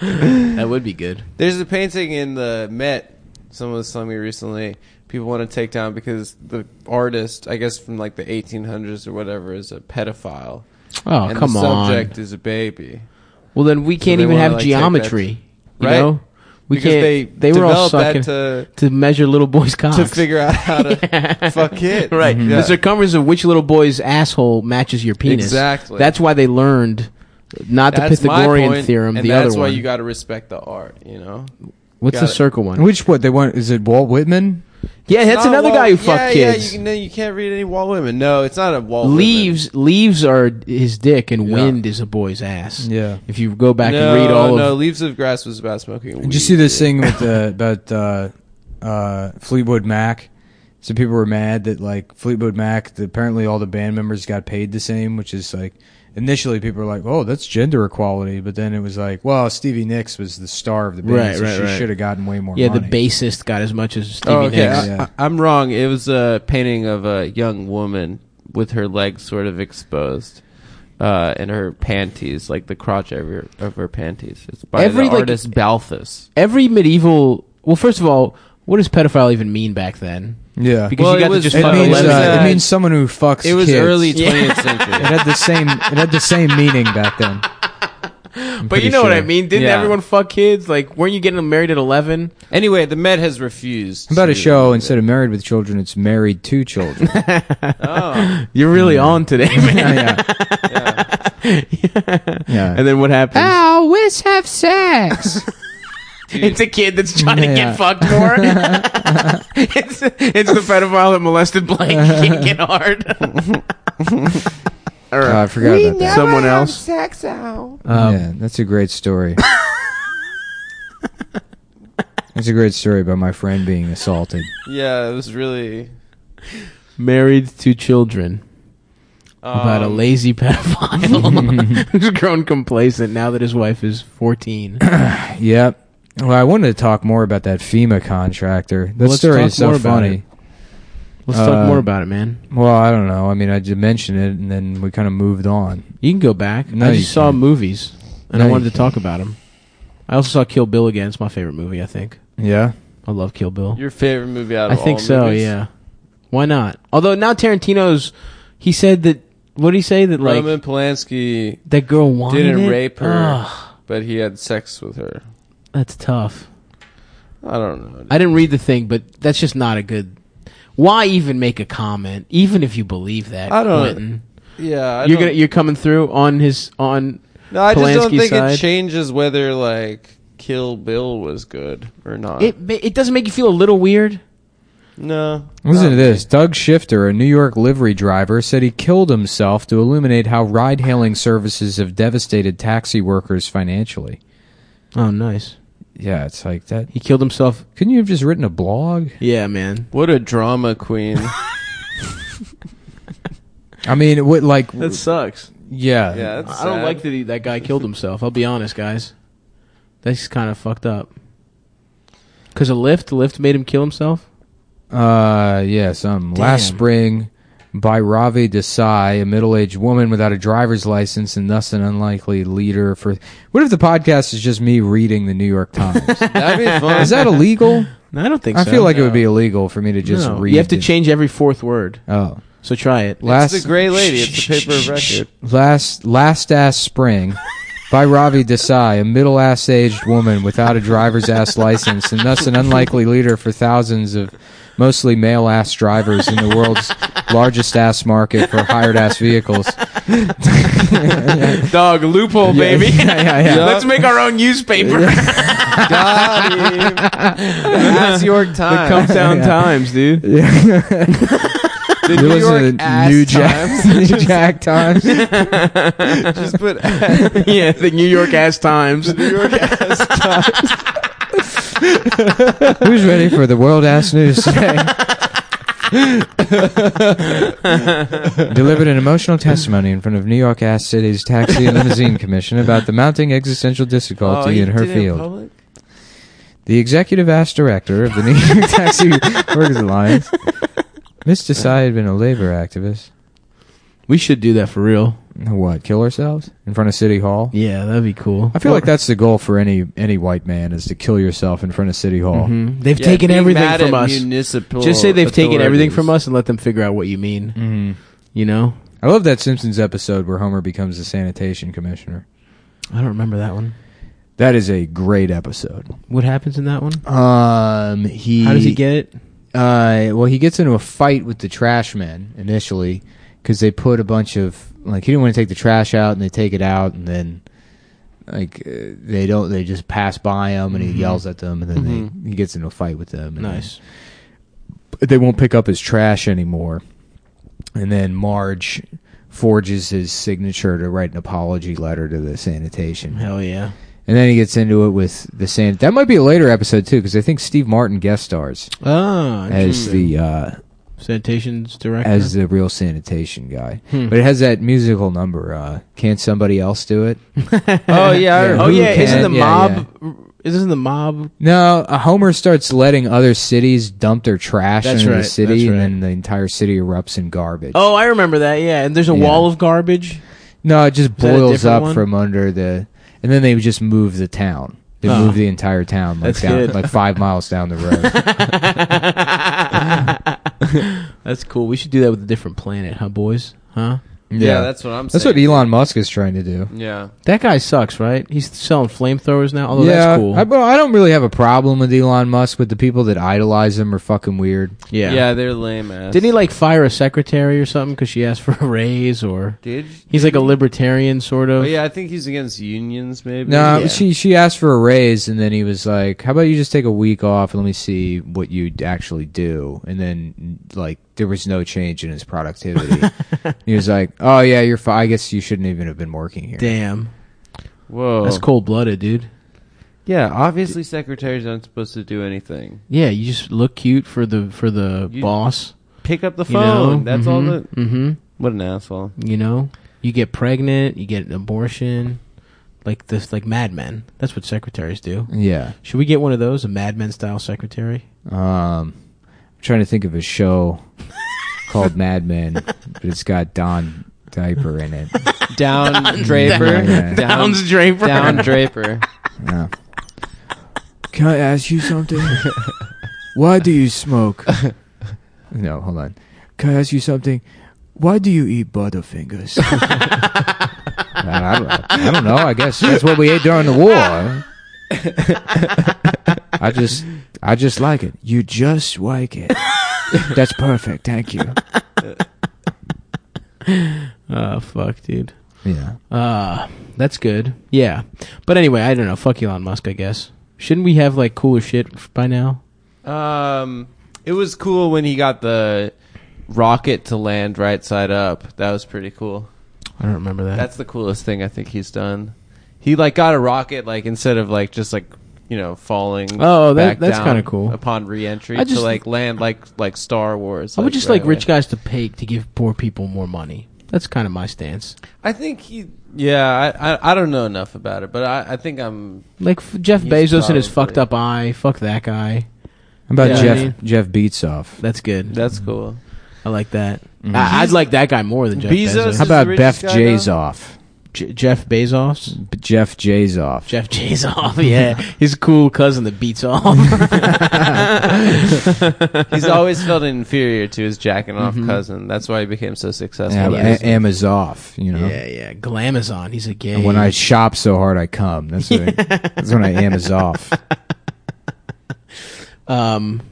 C: That would be good.
D: There's a painting in the Met. Someone was telling me recently. People want to take down because the artist, I guess from like the 1800s or whatever, is a pedophile.
C: Oh
D: and
C: come
D: the
C: on!
D: subject is a baby.
C: Well, then we can't
D: they
C: even
D: wanna,
C: have
D: like, take that-
C: geometry. You
D: Right?
C: know, we
D: because
C: can't.
D: they
C: they were all
D: developed that
C: sucking to,
D: to
C: measure little boys' cocks
D: to figure out how to fuck kids.
C: Right,
D: Yeah.
C: the circumference of which little boy's asshole matches your penis.
D: Exactly.
C: That's why they learned not
D: That's
C: the Pythagorean
D: my point,
C: theorem.
D: and
C: the
D: that's
C: other
D: why
C: one.
D: you got to respect the art. You know,
C: What's the
D: got it.
C: circle one?
A: Which what they want is it Walt Whitman?
C: yeah, that's
D: Not
C: another
D: Walt-
C: guy who
D: Oh, yeah,
C: fucked kids.
D: Yeah, you, no, you can't read any Walt women. No, it's not a Walt Whitman.
C: leaves leaves are his dick, and
D: Yeah.
C: wind is a boy's ass.
A: Yeah.
C: If you go back
D: no,
C: and read all
D: no,
C: of
D: leaves of grass was about smoking.
A: Did you see this thing with uh, about uh, uh, Fleetwood Mac? Some people were mad that like Fleetwood Mac, that apparently all the band members got paid the same, which is like initially people were like, "Oh, that's gender equality," but then it was like, "Well, Stevie Nicks was the star of the band,
C: Right,
A: so
C: right,
A: she
C: right.
A: should have gotten way more."
C: yeah,
A: money.
C: the bassist got as much as Stevie
D: Oh, okay.
C: Nicks.
A: Yeah.
D: I, am wrong. It was a painting of a young woman with her legs sort of exposed. Uh, and her panties, like the crotch of her, of her panties. It's by
C: Every,
D: the
C: like-
D: artist Balthus.
C: Every medieval. Well, first of all, what does pedophile even mean back then?
A: Yeah,
C: Because
D: Well,
C: you
D: it
C: got
D: was-
C: to just
A: it
C: fuck
D: fucking
A: means,
D: eleven.
A: uh,
D: Yeah.
A: it means someone who fucks.
D: It was
A: kids.
D: early 20th
C: Yeah.
D: century.
A: It had the same. It had the same meaning back then. I'm
C: But
A: pretty
C: you know what I
A: sure.
C: mean? Didn't
D: Yeah.
C: everyone fuck kids? Like, weren't you getting married at eleven?
D: Anyway, the Met has refused.
A: How about a
D: to-
A: show instead of married with children, it's married to children.
D: Oh,
C: You're really on today, man.
A: yeah,
D: yeah.
A: yeah.
C: And then what happens?
E: always Oh, have sex.
C: It's a kid that's trying to
A: Yeah.
C: get fucked more. it's, it's the pedophile that molested Blake. Can't get hard. All
A: Oh,
C: right.
A: I forgot about that.
C: Someone else. Um,
A: yeah, that's a great story. That's a great story about my friend being assaulted.
D: Yeah, it was really.
C: Married to children.
D: Um,
C: About a lazy pedophile who's grown complacent now that his wife is 14.
A: Yep. Well, I wanted to talk more about that FEMA contractor. That
C: Well, let's
A: story
C: talk
A: is so
C: more about
A: funny.
C: Let's
A: Uh,
C: talk more about it, man.
A: Well, I don't know. I mean, I just mentioned it, and then we kind of moved on.
C: You can go back.
A: No,
C: I
A: you
C: just saw
A: can't.
C: movies, and
A: No,
C: I
A: you
C: wanted to talk about them. I also saw Kill Bill again. It's my favorite movie. I think
A: Yeah.
C: I love Kill Bill.
D: Your favorite movie out
C: I
D: of
C: think
D: all
C: so.
D: movies?
C: Yeah. Why not? Although now Tarantino's, he said that. What did he say that like
D: Roman Polanski
C: that girl wanted
D: didn't
C: it?
D: rape her,
C: Ugh,
D: but he had sex with her.
C: that's tough.
D: I don't know.
C: I didn't read the thing, but that's just not a good. Why even make a comment, even if you believe that?
D: I don't-
C: Quentin?
D: yeah, I
C: you're
D: don't-
C: gonna you're coming through on his on.
D: No, I just don't
C: Polanski
D: think it
C: side.
D: changes whether like Kill Bill was good or not.
C: It ma- it doesn't make you feel a little weird.
D: no,
A: Listen
D: No.
A: to this. Doug Shifter, a New York livery driver, said he killed himself to illuminate how ride hailing services have devastated taxi workers financially.
C: Oh, nice.
A: Yeah, it's like that.
C: He killed himself.
A: Couldn't you have just written a blog?
C: Yeah, man.
D: What a drama queen.
A: I mean, it would like,
C: sucks.
A: yeah.
D: yeah, that's
C: I don't
D: sad.
C: like that he, that guy killed himself. I'll be honest, guys. That's kind of fucked up. Cause a lift, lift made him kill himself.
A: Uh, yeah, some
C: Damn.
A: last spring. by Ravi Desai, a middle-aged woman without a driver's license and thus an unlikely leader for. What if the podcast is just me reading the New York Times?
D: That'd be fun.
A: is that illegal?
C: No, I don't think
A: I
C: so.
A: feel like it would be illegal for me to just
C: No.
A: read.
C: You have to
A: it.
C: change every fourth word.
A: Oh,
C: So try it.
A: last
D: It's the Gray Lady. It's the paper of record.
A: Last Last Ass Spring by Ravi Desai, a middle ass aged woman without a driver's ass license and thus an unlikely leader for thousands of mostly male ass drivers in the world's largest ass market for hired ass vehicles.
C: Dog loophole,
A: Yeah,
C: baby.
A: yeah, yeah, yeah.
C: Let's make our own newspaper.
D: Got him. That's York
C: the
D: Times.
C: Comptown Times, dude.
D: The
A: There
D: New
A: was
D: York
A: a
D: ass
A: New Jack,
D: Times.
A: New Jack Times.
D: Just put
C: yeah, the New York Ass Times.
D: New York ass Times.
A: Who's ready for the world ass news today? Delivered an emotional testimony in front of New York Ass City's Taxi and Limousine Commission about the mounting existential difficulty in her field. The executive ass director of the New York Taxi Workers Alliance, Miss Desai had been a labor activist.
C: We should do that for real.
A: What? Kill ourselves in front of City Hall?
C: Yeah, that'd be cool.
A: I feel like that's the goal for any any white man is to kill yourself in front of City Hall.
C: Mhm. They've taken everything from us. Just say they've taken everything from us and let them figure out what you mean.
A: Mhm.
C: You know?
A: I love that Simpsons episode where Homer becomes the sanitation commissioner.
C: I don't remember that one.
A: That is a great episode.
C: What happens in that one?
A: Um, he
C: How does he get it?
A: Uh, well, he gets into a fight with the trash men initially because they put a bunch of like he didn't want to take the trash out, and they take it out, and then like uh, they don't. They just pass by him, and he yells at them, and then they, he gets into a fight with them. And
C: Mm-hmm. Nice.
A: then they won't pick up his trash anymore, and then Marge forges his signature to write an apology letter to the sanitation.
C: Hell yeah.
A: And then he gets into it with the sand. That might be a later episode too, because I think Steve Martin guest stars
C: Oh,
A: as the uh,
C: Sanitation's director.
A: as the real sanitation guy.
C: Hmm.
A: But it has that musical number. Uh, Can't somebody else do it?
D: Oh yeah, I
A: Yeah.
C: oh
D: remember.
A: Who
C: yeah, isn't the
A: can- yeah,
C: mob? Isn't the mob?
A: No, uh, Homer starts letting other cities dump their trash
C: That's
A: into
C: right,
A: the city,
C: that's
A: and
C: right.
A: then the entire city erupts in garbage.
C: Oh, I remember that. Yeah, and there's a
A: Yeah.
C: wall of garbage.
A: No, it just
C: Is that a
A: boils
C: different
A: up
C: one?
A: from under the, and then they just move the town. They
C: Oh.
A: move the entire town like
C: That's
A: down,
C: good.
A: like five miles down the road.
C: That's cool. We should do that with a different planet, huh, boys? Huh?
D: yeah, that's what I'm saying.
A: that's what Elon Musk is trying to do.
D: Yeah.
C: That guy sucks, right? He's selling flamethrowers now. Although
A: yeah,
C: Oh, that's cool.
A: I, well, I don't really have a problem with Elon Musk, but the people that idolize him are fucking weird.
D: yeah,
C: yeah.
D: they're lame ass.
C: Didn't he like fire a secretary or something because she asked for a raise? Or
D: Did
C: he's like a libertarian sort of.
D: Oh yeah, I think he's against unions. Maybe.
A: No,
D: Yeah.
A: she she asked for a raise, and then he was like, "How about you just take a week off and let me see what you actually do?" And then like there was no change in his productivity. he was like, "Oh yeah, you're. Fi- I guess you shouldn't even have been working here."
C: Damn,
D: Whoa.
C: that's cold blooded, dude.
D: Yeah, obviously secretaries aren't supposed to do anything.
C: Yeah, you just look cute for the for the
D: You-
C: boss.
D: Pick up the
C: You know?
D: phone. That's all.
C: Mhm,
D: That,
C: mhm.
D: what an asshole.
C: You know, you get pregnant, you get an abortion, like this, like Mad Men. That's what secretaries do.
A: Yeah.
C: Should we get one of those, a Mad Men style secretary?
A: Um, I'm trying to think of a show called Mad Men, but it's got Don Diaper in it.
D: Down, Draper.
A: Draper.
D: Down,
C: Draper.
D: down Draper.
A: Yeah. Can I ask you something? Why do you smoke? no, hold on. Can I ask you something? Why do you eat Butterfingers? I, don't, I don't know. I guess that's what we ate during the war. I just, I just like it. You just like it. That's perfect. Thank you.
C: Oh fuck, dude.
A: Yeah.
C: Uh that's good. Yeah, but anyway, I don't know. Fuck Elon Musk, I guess. Shouldn't we have like cooler shit by now?
D: Um, it was cool when he got the rocket to land right side up. That was pretty cool.
C: I don't remember that.
D: That's the coolest thing I think he's done. He like got a rocket like instead of like just like you know falling.
C: Oh, that-
D: back
C: that's
D: down
C: kinda cool.
D: Upon reentry,
C: I
D: to
C: just-
D: like land like like Star Wars.
C: I would just
D: right
C: like rich
D: away.
C: guys to pay to give poor people more money. That's kind of my stance.
D: I think he. Yeah, I, I I don't know enough about it, but I I think I'm.
C: Like f- Jeff
D: He's
C: Bezos and his
D: probably-
C: fucked up eye. Fuck that guy.
A: How about
D: Yeah, I
A: Jeff
C: mean-
A: Jeff Beatsoff?
C: That's good.
D: That's cool.
C: I like that. I, I'd like that guy more than Jeff
D: Bezos
C: Bezos.
E: How
D: This is
E: about
D: the
E: Beth
D: richest guy, though?
E: Jazoff?
C: J- Jeff Bezos?
E: B- Jeff Jazoff.
C: Jeff Jazoff, yeah. His cool cousin that beats off.
D: He's always felt inferior to his jacking off cousin. That's why he became so successful.
E: Yeah,
C: Mm-hmm. Yeah.
E: A- Amazoff, you know.
C: Yeah, yeah. Glamazon. He's a gay.
E: And when I shop so hard, I come. That's when I, that's when I Amazoff.
C: um,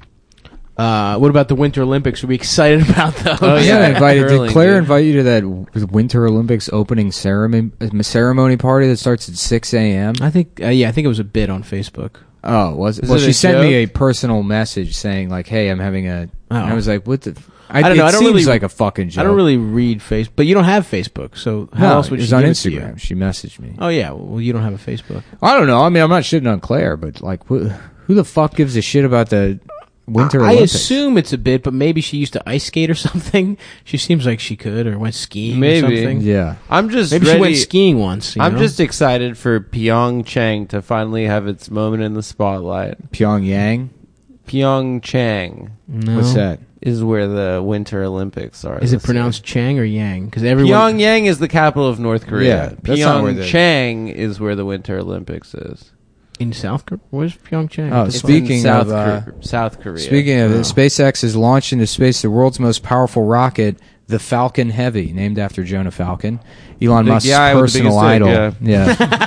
C: uh, what about the Winter Olympics? Are we excited about those?
A: Oh,
D: Oh,
A: yeah,
D: yeah,
A: invited.
D: curling,
A: did Claire
D: dude.
A: invite you to that w- Winter Olympics opening ceremony uh, ceremony party that starts at six a.m.?
C: I think. Uh, yeah, I think it was a bid on Facebook.
A: Oh, was it?
D: Is
A: well,
D: it
A: she
D: a
A: sent me
D: joke?
A: a personal message saying like, "Hey, I'm having a,"
C: Oh.
A: and I was like, "What the?" f-
C: I don't know,
A: It
C: I don't
A: seems
C: really-
A: like a fucking joke.
C: I don't really read Facebook, but you don't have Facebook, so how
A: No,
C: else would
A: it
C: you
A: was on
C: give it to you?
A: Instagram. She messaged me.
C: Oh yeah, well you don't have a Facebook.
A: I don't know. I mean, I'm not shitting on Claire, but like, wh- who the fuck gives a shit about the Winter
C: I
A: Olympics?
C: assume it's a bid, but maybe she used to ice skate or something. She seems like she could, or went skiing
D: Maybe.
C: or something.
A: Yeah.
D: I'm just
C: Maybe
D: ready.
C: she went skiing once. you
D: I'm
C: know?
D: just excited for Pyeongchang to finally have its moment in the spotlight.
A: Pyongyang.
D: Pyeongchang
C: no.
A: What's that?
D: is where the Winter Olympics are.
C: Is it
D: this
C: pronounced Chang or Yang? Because
D: year.
C: everyone
D: Pyongyang is the capital of North
A: Yeah,
D: Korea.
A: that's not where the-
D: Pyeongchang is where the Winter Olympics is.
C: in South Korea. Where's Pyeongchang?
A: Oh,
C: What the
D: It's
C: fuck?
A: Speaking
D: in South,
A: of, uh,
D: Kor- South Korea.
A: Speaking of
C: Oh.
A: it, SpaceX is launching to space the world's most powerful rocket, the Falcon Heavy, named after Jonah Falcon, Elon
D: Big
A: Musk's
D: guy with the
A: personal
D: biggest dick,
A: idol. yeah.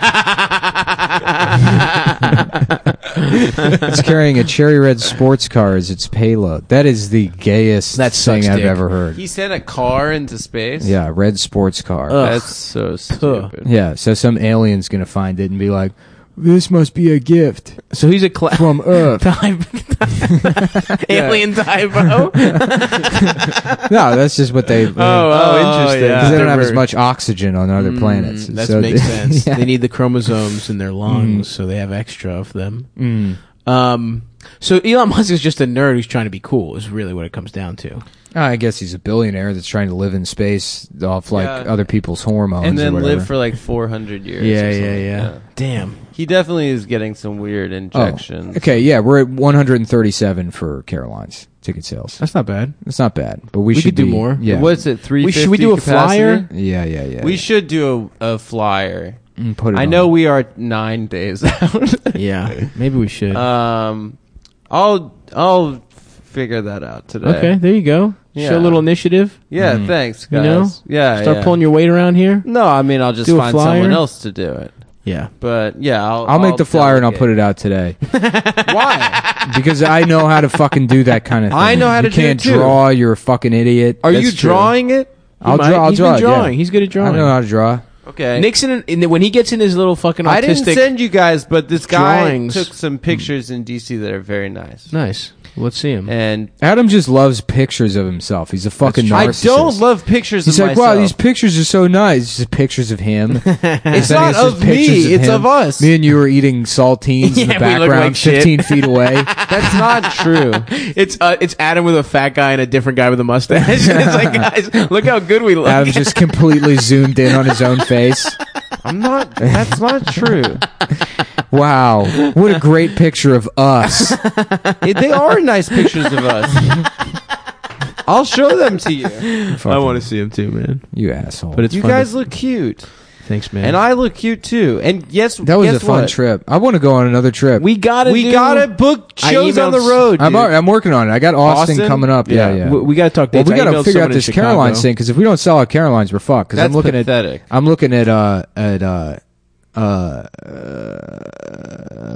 A: it's carrying a cherry red sports car as its payload. That is the gayest
C: That
A: thing
C: sucks
A: I've
C: dick.
A: ever heard.
D: he sent a car into space.
A: yeah, red sports car.
C: Ugh.
D: that's so stupid.
A: Yeah, so some alien's gonna find it and be like, "This must be a gift
C: so he's a cla-
A: from Earth."
C: type alien typo.
A: no, that's just what they.
D: Oh, oh,
C: Oh,
D: interesting.
C: yeah.
A: 'cause they don't have as much oxygen on other planets.
C: Mm, That
A: so
C: makes
A: they-
C: sense.
A: yeah.
C: They need the chromosomes in their lungs, so they have extra of them.
A: Mm.
C: Um, so Elon Musk is just a nerd who's trying to be cool. Is really what it comes down to.
A: Uh, I guess he's a billionaire that's trying to live in space off like
D: Yeah.
A: other people's hormones
D: and then
A: or whatever.
D: live for like 400 years.
A: Yeah,
D: or
A: yeah,
D: something.
A: yeah.
C: Damn.
D: He definitely is getting some weird
A: Oh,
D: injections.
A: Okay, yeah, we're at 137 for Carolines ticket sales.
C: That's not bad.
A: It's not bad, but we,
C: We
A: should
C: could do
A: be-
C: more.
A: Yeah,
D: What's it? Three.
C: We- should we do a flyer?
A: yeah, yeah, yeah.
D: We should do a, a flyer.
A: Mm, put it
D: I
A: on.
D: know we are nine days out.
C: Yeah, maybe we should.
D: um, I'll I'll figure that out today.
C: okay, there you go.
D: Yeah.
C: Show a little initiative.
D: Yeah. Thanks,
C: You
D: guys.
C: know?
D: Yeah.
C: Start
D: yeah.
C: pulling your weight around here.
D: No, I mean I'll just
C: Do a
D: find
C: flyer?
D: someone else to do it.
C: Yeah.
D: But yeah, I'll,
A: I'll make the flyer and I'll put it out today
D: Why?
A: because I know how to fucking do that kind of thing.
D: I know how
A: you
D: to do it
A: can't
D: too.
A: draw. You're a fucking idiot.
D: Are
C: That's
D: you
C: true.
D: drawing it?
A: I'll
C: might.
A: draw. I'll
C: He's
A: draw.
C: been
A: it, yeah.
C: drawing. He's good at
A: I
C: drawing.
A: know how to draw.
D: Okay.
C: Nixon, and when he gets in his little fucking
D: I didn't
C: autistic,
D: send you guys, but this guy
C: drawings.
D: took some pictures in DC that are very nice.
C: nice. Let's see him.
D: And
A: Adam just loves pictures of himself. He's a fucking
D: I
A: narcissist.
D: don't love pictures
A: He's
D: of
A: like,
D: myself.
A: wow, these pictures are so nice. It's just pictures of him.
D: it's
A: Sending
D: not
A: us just
D: of
A: pictures
D: me, it's
A: him.
D: of us.
A: Me and you were eating saltines in the
C: Yeah, we look
A: background,
C: like shit.
A: 15 feet away.
D: That's not true.
C: It's uh, it's Adam with a fat guy and a different guy with a mustache. it's like, guys, look how good we look.
A: Adam just completely zoomed in on his own face.
D: I'm not. That's not true.
A: Wow, what a great picture of us.
D: It- they are nice pictures of us. I'll show them to you.
C: I want to see him too, man.
A: you asshole.
C: But it's
D: you
C: fun to-
D: guys look cute,
C: thanks, man.
D: and I look cute too. And yes,
A: that was
D: guess
A: a fun
D: what?
A: trip. I want to go on another trip.
C: we gotta
D: We
C: do-
D: gotta book
C: I
D: shows on the
C: emailed-
D: road.
A: I'm,
D: dude.
A: al- I'm working on it. I got Austin,
D: Austin?
A: coming up. Yeah, yeah.
C: We, we gotta talk.
A: well,
C: dates.
A: we
C: I
A: got to
C: emailed
A: figure out
C: someone in
A: this
C: Chicago.
A: Carolines thing because if we don't sell out Carolines, we're fucked. Because
D: That's
A: I'm looking
D: pathetic.
A: at I'm looking at uh at uh, uh uh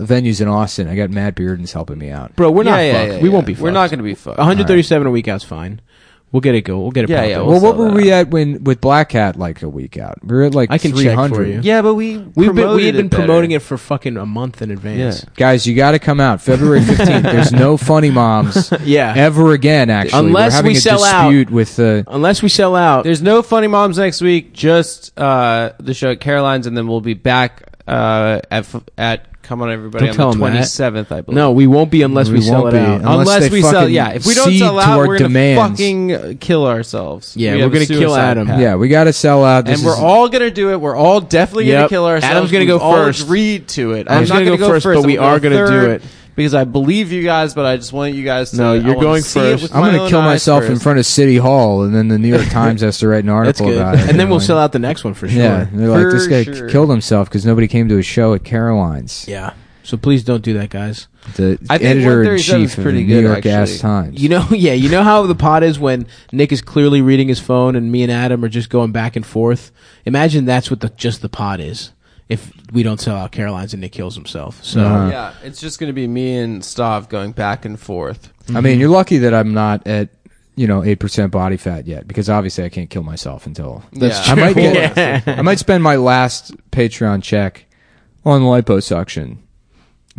A: venues in Austin. I got Matt Bearden's helping me out.
C: bro. We're
D: Yeah,
C: not.
D: yeah,
C: fucked.
D: yeah,
C: we
D: yeah.
C: won't be. Fucked.
D: We're not gonna be fucked.
C: 137 a week out's fine. We'll get it go. We'll get it.
D: Yeah,
C: popped
D: yeah,
C: up.
A: Well,
D: we'll
A: what
D: sell
A: were
D: that
A: we at when with Black Hat like a week out? We were at like
C: I can check for
A: 300.
C: you.
D: Yeah, but we
C: We've been we
D: promoted
C: had been
D: it better.
C: promoting it for fucking a month in advance.
A: Guys, you got to come out February 15th. There's no funny moms
C: Yeah.
A: ever again. Actually,
C: Unless
A: we're having
C: we
A: a
C: sell out.
A: dispute with the.
C: Unless we sell out.
D: There's no funny moms next week. Just uh, the show at Caroline's, and then we'll be back uh, at f- at come on everybody
C: Don't tell
D: on
C: 'em
D: the
C: that.
D: 27th, I believe.
C: no, we won't be unless we,
A: We
C: sell
A: won't
C: it
A: be.
C: out.
A: Unless
D: Unless,
A: they
D: we sell,
A: fucking
D: yeah. If we don't
A: cede
D: sell
A: to our
D: out, we're gonna
A: demands.
D: fucking uh, kill ourselves.
C: Yeah,
D: We
C: we're
D: have a
C: gonna kill
D: suicide
C: Adam.
D: pact.
A: Yeah, we got to sell out. This
D: and we're
A: is-
D: all gonna do it. We're all definitely
C: Yep.
D: gonna kill ourselves.
C: Adam's gonna go
D: We've all
C: first.
D: Agreed to it.
C: Adam's
D: I'm not
C: gonna go first, but
D: I'm
C: we
D: gonna
C: are
D: go
C: gonna do
D: third.
C: it.
D: because I believe you guys, but I just want you guys to.
C: No, you're
D: I wanna
C: going
D: see it
C: first.
D: with
A: I'm
D: my
A: going to
D: own
A: kill
D: eyes
A: myself in
D: first.
A: front of City Hall, and then the New York Times has to write an
C: That's
A: article
C: good.
A: about it.
C: And
A: you
C: then we'll
A: know,
C: sell out the next one for sure.
A: Yeah, they're like this
D: For
A: guy
D: sure.
A: killed himself because nobody came to his show at Caroline's.
C: Yeah. So please don't do that, guys.
A: The
D: I think
A: editor in
D: 137 is
A: chief of the
D: pretty
A: New
D: good,
A: York Ass
D: actually.
A: Times.
C: You know, yeah, you know how the pot is when Nick is clearly reading his phone and me and Adam are just going back and forth. Imagine that's what the just the pot is. If we don't sell out Caroline's and Nick kills himself, so
A: Uh-huh.
D: Yeah, it's just going to be me and Stav going back and forth.
A: I mean, you're lucky that I'm not at you know eight percent body fat yet, because obviously I can't kill myself until
D: That's
A: I
D: true.
A: might get, I might spend my last Patreon check on liposuction. right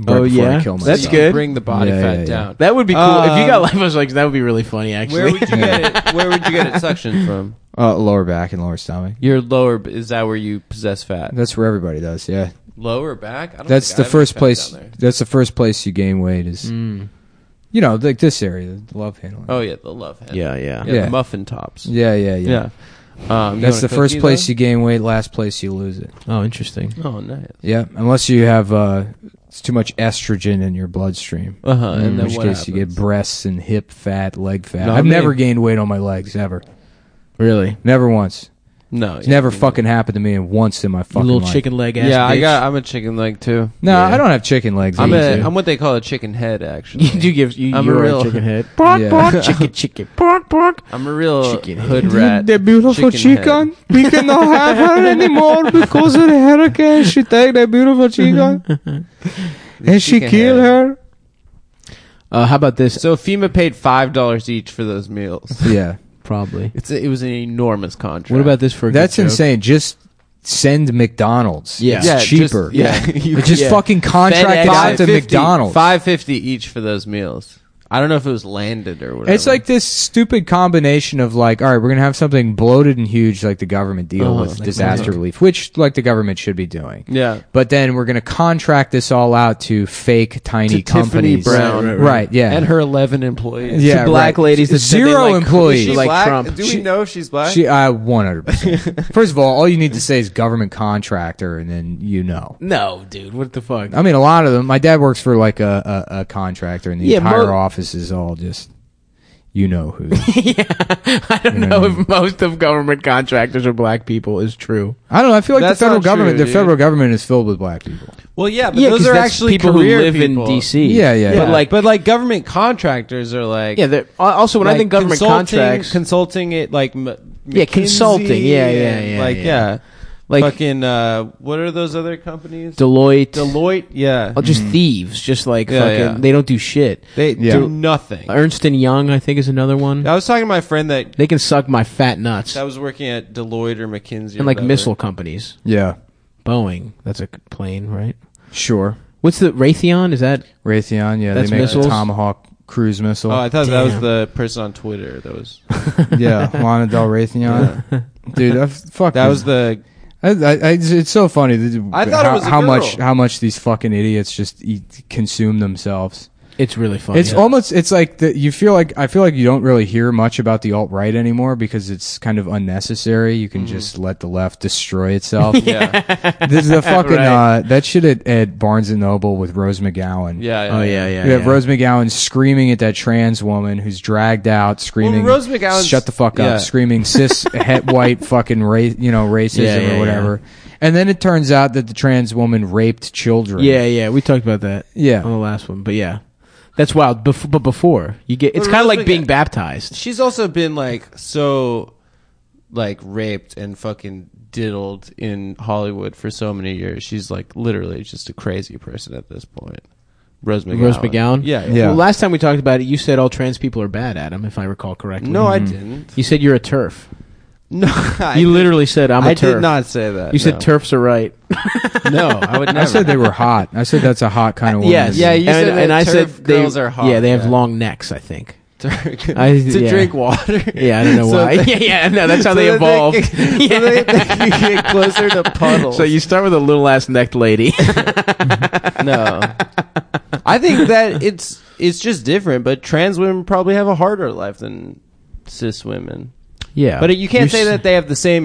C: Oh,
A: before I
C: yeah?
A: kill
C: That's
A: myself.
D: So you
C: good.
D: Bring the body
A: Yeah,
D: fat
A: yeah, yeah.
D: down.
C: that would be cool. if you got
D: Um,
C: life was like that would be really funny. Actually,
D: Where would you get it? Where would you get it suction from?
A: Uh, lower back and lower stomach.
D: Your lower is that where you possess fat?
A: That's where everybody does. Yeah,
D: Lower back. I don't
A: that's
D: think I
A: the
D: have any
A: first
D: fat
A: place.
D: down there. Mm.
A: That's the first place you gain weight is you know like this area, the love handling.
D: Oh yeah, the love hand.
C: yeah, yeah,
D: yeah,
A: Yeah.
D: The muffin tops.
A: yeah, yeah, yeah.
D: yeah. Um, you
A: That's
D: want
A: the
D: a
A: first
D: cookie,
A: place
D: though?
A: you gain weight. Last place you lose it.
C: Oh, interesting.
D: Oh, nice.
A: Yeah, unless you have uh, it's too much estrogen in your bloodstream.
D: Uh huh.
A: in
D: And then
A: which
D: what
A: case you get
D: happens?
A: breasts and hip fat, leg fat.
D: No,
A: I've
D: me-
A: never gained weight on my legs ever,
C: Really,
A: never once.
D: no.
A: It's
D: yeah,
A: never
D: you-
A: fucking happened to me, and once in my
C: you
A: fucking
C: little
A: life.
C: chicken leg ass.
D: Yeah, I
C: bitch.
D: got. I'm a chicken leg too.
A: No,
C: Yeah.
A: I don't have chicken legs.
D: I'm
A: either.
D: a. I'm what they call a chicken head. Actually,
C: You do give you.
D: I'm
C: you
D: a
C: are
D: real-
C: chicken head.
A: Yeah.
C: chicken, chicken, pork, pork.
D: I'm a real
C: Chicken head.
D: hood rat. head.
A: We cannot have her anymore because of the hurricane. She take that beautiful chicken and
D: chicken head.
A: her.
C: Uh, how about this?
D: So FEMA paid five dollars each for those meals.
A: Yeah,
C: Probably.
D: It's a, it was an enormous contract.
C: What about this for? A good
A: that's
C: joke?
A: insane. Just send McDonald's.
C: Yeah.
A: it's
C: Yeah,
D: just-
A: cheaper.
D: yeah. You-
A: It's just
D: yeah.
A: fucking contract
D: FedEx
A: out to
D: 550
A: McDonald's.
D: Five fifty each for those meals. I don't know if it was landed or whatever.
A: It's like this stupid combination of like, all right, we're gonna have something bloated and huge, like the government deal
D: Uh-huh,
A: with
D: like
A: disaster relief, which like the government should be doing.
D: yeah,
A: But then we're gonna contract this all out to fake tiny
D: to Tiffany
A: companies,
D: Brown,
A: right? yeah,
D: and her eleven employees.
A: yeah,
C: black
A: right.
C: ladies that said they
A: zero
C: like-
A: employees.
C: She
D: She
C: like
D: black?
C: Trump.
D: Do
A: She-
D: we know if she's black?
A: she, uh, one hundred percent. First of all, all you need to say is government contractor, and then you know.
C: No, dude. What the fuck?
A: I mean, a lot of them. My dad works for like a a, a contractor, and the
C: Yeah,
A: entire
C: mo-
A: office is all just, you know who.
C: yeah, I don't know if most of government contractors are black people is true.
A: I don't know. I feel like
D: That's
A: the federal
D: not
A: government,
D: true,
A: the
D: dude.
A: federal government is filled with black people.
D: well, yeah, but those are actually
C: people who
D: career
C: live
D: people.
C: in DC.
A: Yeah, yeah,
C: But
A: yeah.
C: like,
D: but like government contractors are like,
C: yeah. they're- al- Also, when I
D: like
C: think government
D: consulting-
C: contracts,
D: consulting it like M-
C: Yeah,
D: McKinsey
C: consulting. Yeah, yeah,
D: and,
C: yeah,
D: like yeah,
C: yeah. like
D: fucking uh, what are those other companies?
C: Deloitte,
D: Deloitte, yeah,
C: oh, just thieves, just like
D: Yeah,
C: fucking,
D: yeah.
C: they don't do shit.
D: they
A: Yeah.
D: do nothing. I
C: Ernst and Young, I think, is another one.
D: was talking to my friend that
C: They can suck my fat nuts
D: that was working at Deloitte or McKinsey or
C: and like
D: whatever.
C: missile companies.
A: Yeah,
C: Boeing, that's a c- plane, right?
A: sure.
C: What's the Raytheon? Is that
A: Raytheon, yeah,
C: That's
A: they make
C: missiles?
A: the Tomahawk cruise missile.
D: Oh, I thought that was
C: Damn.
D: the person on Twitter that was
A: yeah, Lana Del Raytheon, dude. I, fuck,
D: that was the
A: I, I, I- it's, it's so funny. that-
D: I thought it
A: how,
D: was a
A: how
D: girl.
A: much how much these fucking idiots just eat, consume themselves.
C: it's really funny.
A: It's almost it's like the, you feel like I feel like you don't really hear much about the alt right anymore because it's kind of unnecessary. You can just let the left destroy itself.
D: Mm-hmm. yeah
A: This is the fucking
C: Right.
A: uh, that shit at, at Barnes and Noble with Rose McGowan.
D: yeah, yeah
C: oh yeah, yeah.
A: You have
C: yeah.
A: Rose McGowan screaming at that trans woman who's dragged out, screaming,
D: Well, Rose McGowan's-
A: shut the fuck up,
D: yeah.
A: screaming cis, het white, fucking, ra- you know, racism
C: Yeah, yeah,
A: or whatever. And then it turns out that the trans woman raped children.
C: Yeah, yeah, we talked about that.
A: Yeah.
C: on the last one, but yeah, that's wild. Bef- but before you get, it's
D: But
C: kind of
D: Rose
C: like being
D: McGowan-
C: baptized.
D: she's also been like so like raped and fucking diddled in Hollywood for so many years. She's like literally just a crazy person at this point. Rose McGowan.
C: Rose McGowan.
D: Yeah.
A: Yeah.
C: Well, last time we talked about it, you said all trans people are bad, Adam, if I recall correctly.
D: No, I didn't.
C: you said you're a turf.
D: No, I
C: Mm-hmm. you
D: didn't.
C: literally said I'm a
D: I
C: turf.
D: did not say that.
C: You said
D: no.
C: turfs are right.
D: No, I would never.
A: I said they were hot. I said that's a hot kind of woman.
C: yes.
D: Yeah, you
C: and,
D: said
C: and
D: that
C: I
D: turf
C: said
D: girls
C: they,
D: are hot,
C: Yeah, they have
D: yeah.
C: long necks. I think. I-
D: to
C: yeah.
D: drink water.
C: Yeah, I don't know
D: So
C: why.
D: that-
C: yeah, yeah, no, that's how
D: so
C: they
D: that
C: evolved.
D: They,
C: Yeah.
D: so they, they can get closer to puddles.
C: So you start with a little ass necked lady.
D: no. I think that it's it's just different, but trans women probably have a harder life than cis women.
C: yeah,
D: But you can't say
C: Oh. s-
D: that they have the same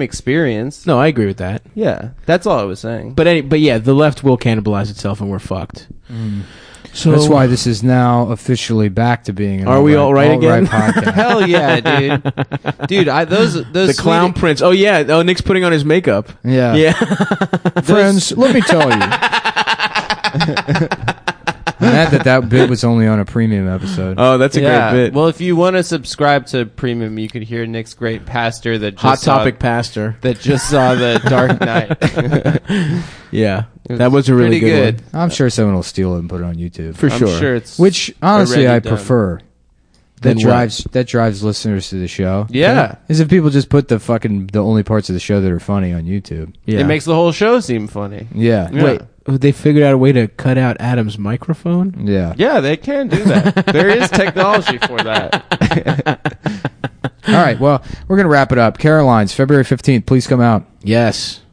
D: experience.
C: No, I agree with that.
D: Yeah, that's all I was saying. Mm.
C: But any, but yeah, the left will cannibalize itself, and we're fucked. So
A: That's why this is now officially back to being. An
C: Are we all right again?
A: podcast.
D: Hell yeah, dude. Dude, I those those
C: the clown
D: Swedish-
C: prince. Oh yeah. Oh, Nick's putting on his makeup.
A: yeah.
C: Yeah.
A: Friends, let me tell you. I'm mad that that bit was only on a premium episode.
C: Oh, that's a
D: yeah.
C: great bit.
D: Well, if you want to subscribe to Premium, you could hear Nick's great pastor that just
C: Hot
D: saw,
C: topic pastor.
D: that just saw the Dark Knight.
C: Yeah.
D: It
C: That was a really
D: pretty
C: good, one.
A: I'm sure someone will steal it and put it on YouTube.
C: For
D: I'm
C: sure.
D: sure. it's
A: Which honestly,
D: Already
A: I
D: done.
A: prefer. That
C: Then what?
A: drives that drives listeners to the show.
D: Yeah.
A: is if people just put the fucking the only parts of the show that are funny on YouTube.
C: Yeah.
D: it makes the whole show seem funny.
A: Yeah,
D: Yeah.
C: Wait, they figured out a way to cut out Adam's microphone?
A: yeah.
D: Yeah, they can do that. there is technology for that.
A: All right, well, we're gonna wrap it up. Caroline's February fifteenth. Please come out.
C: Yes.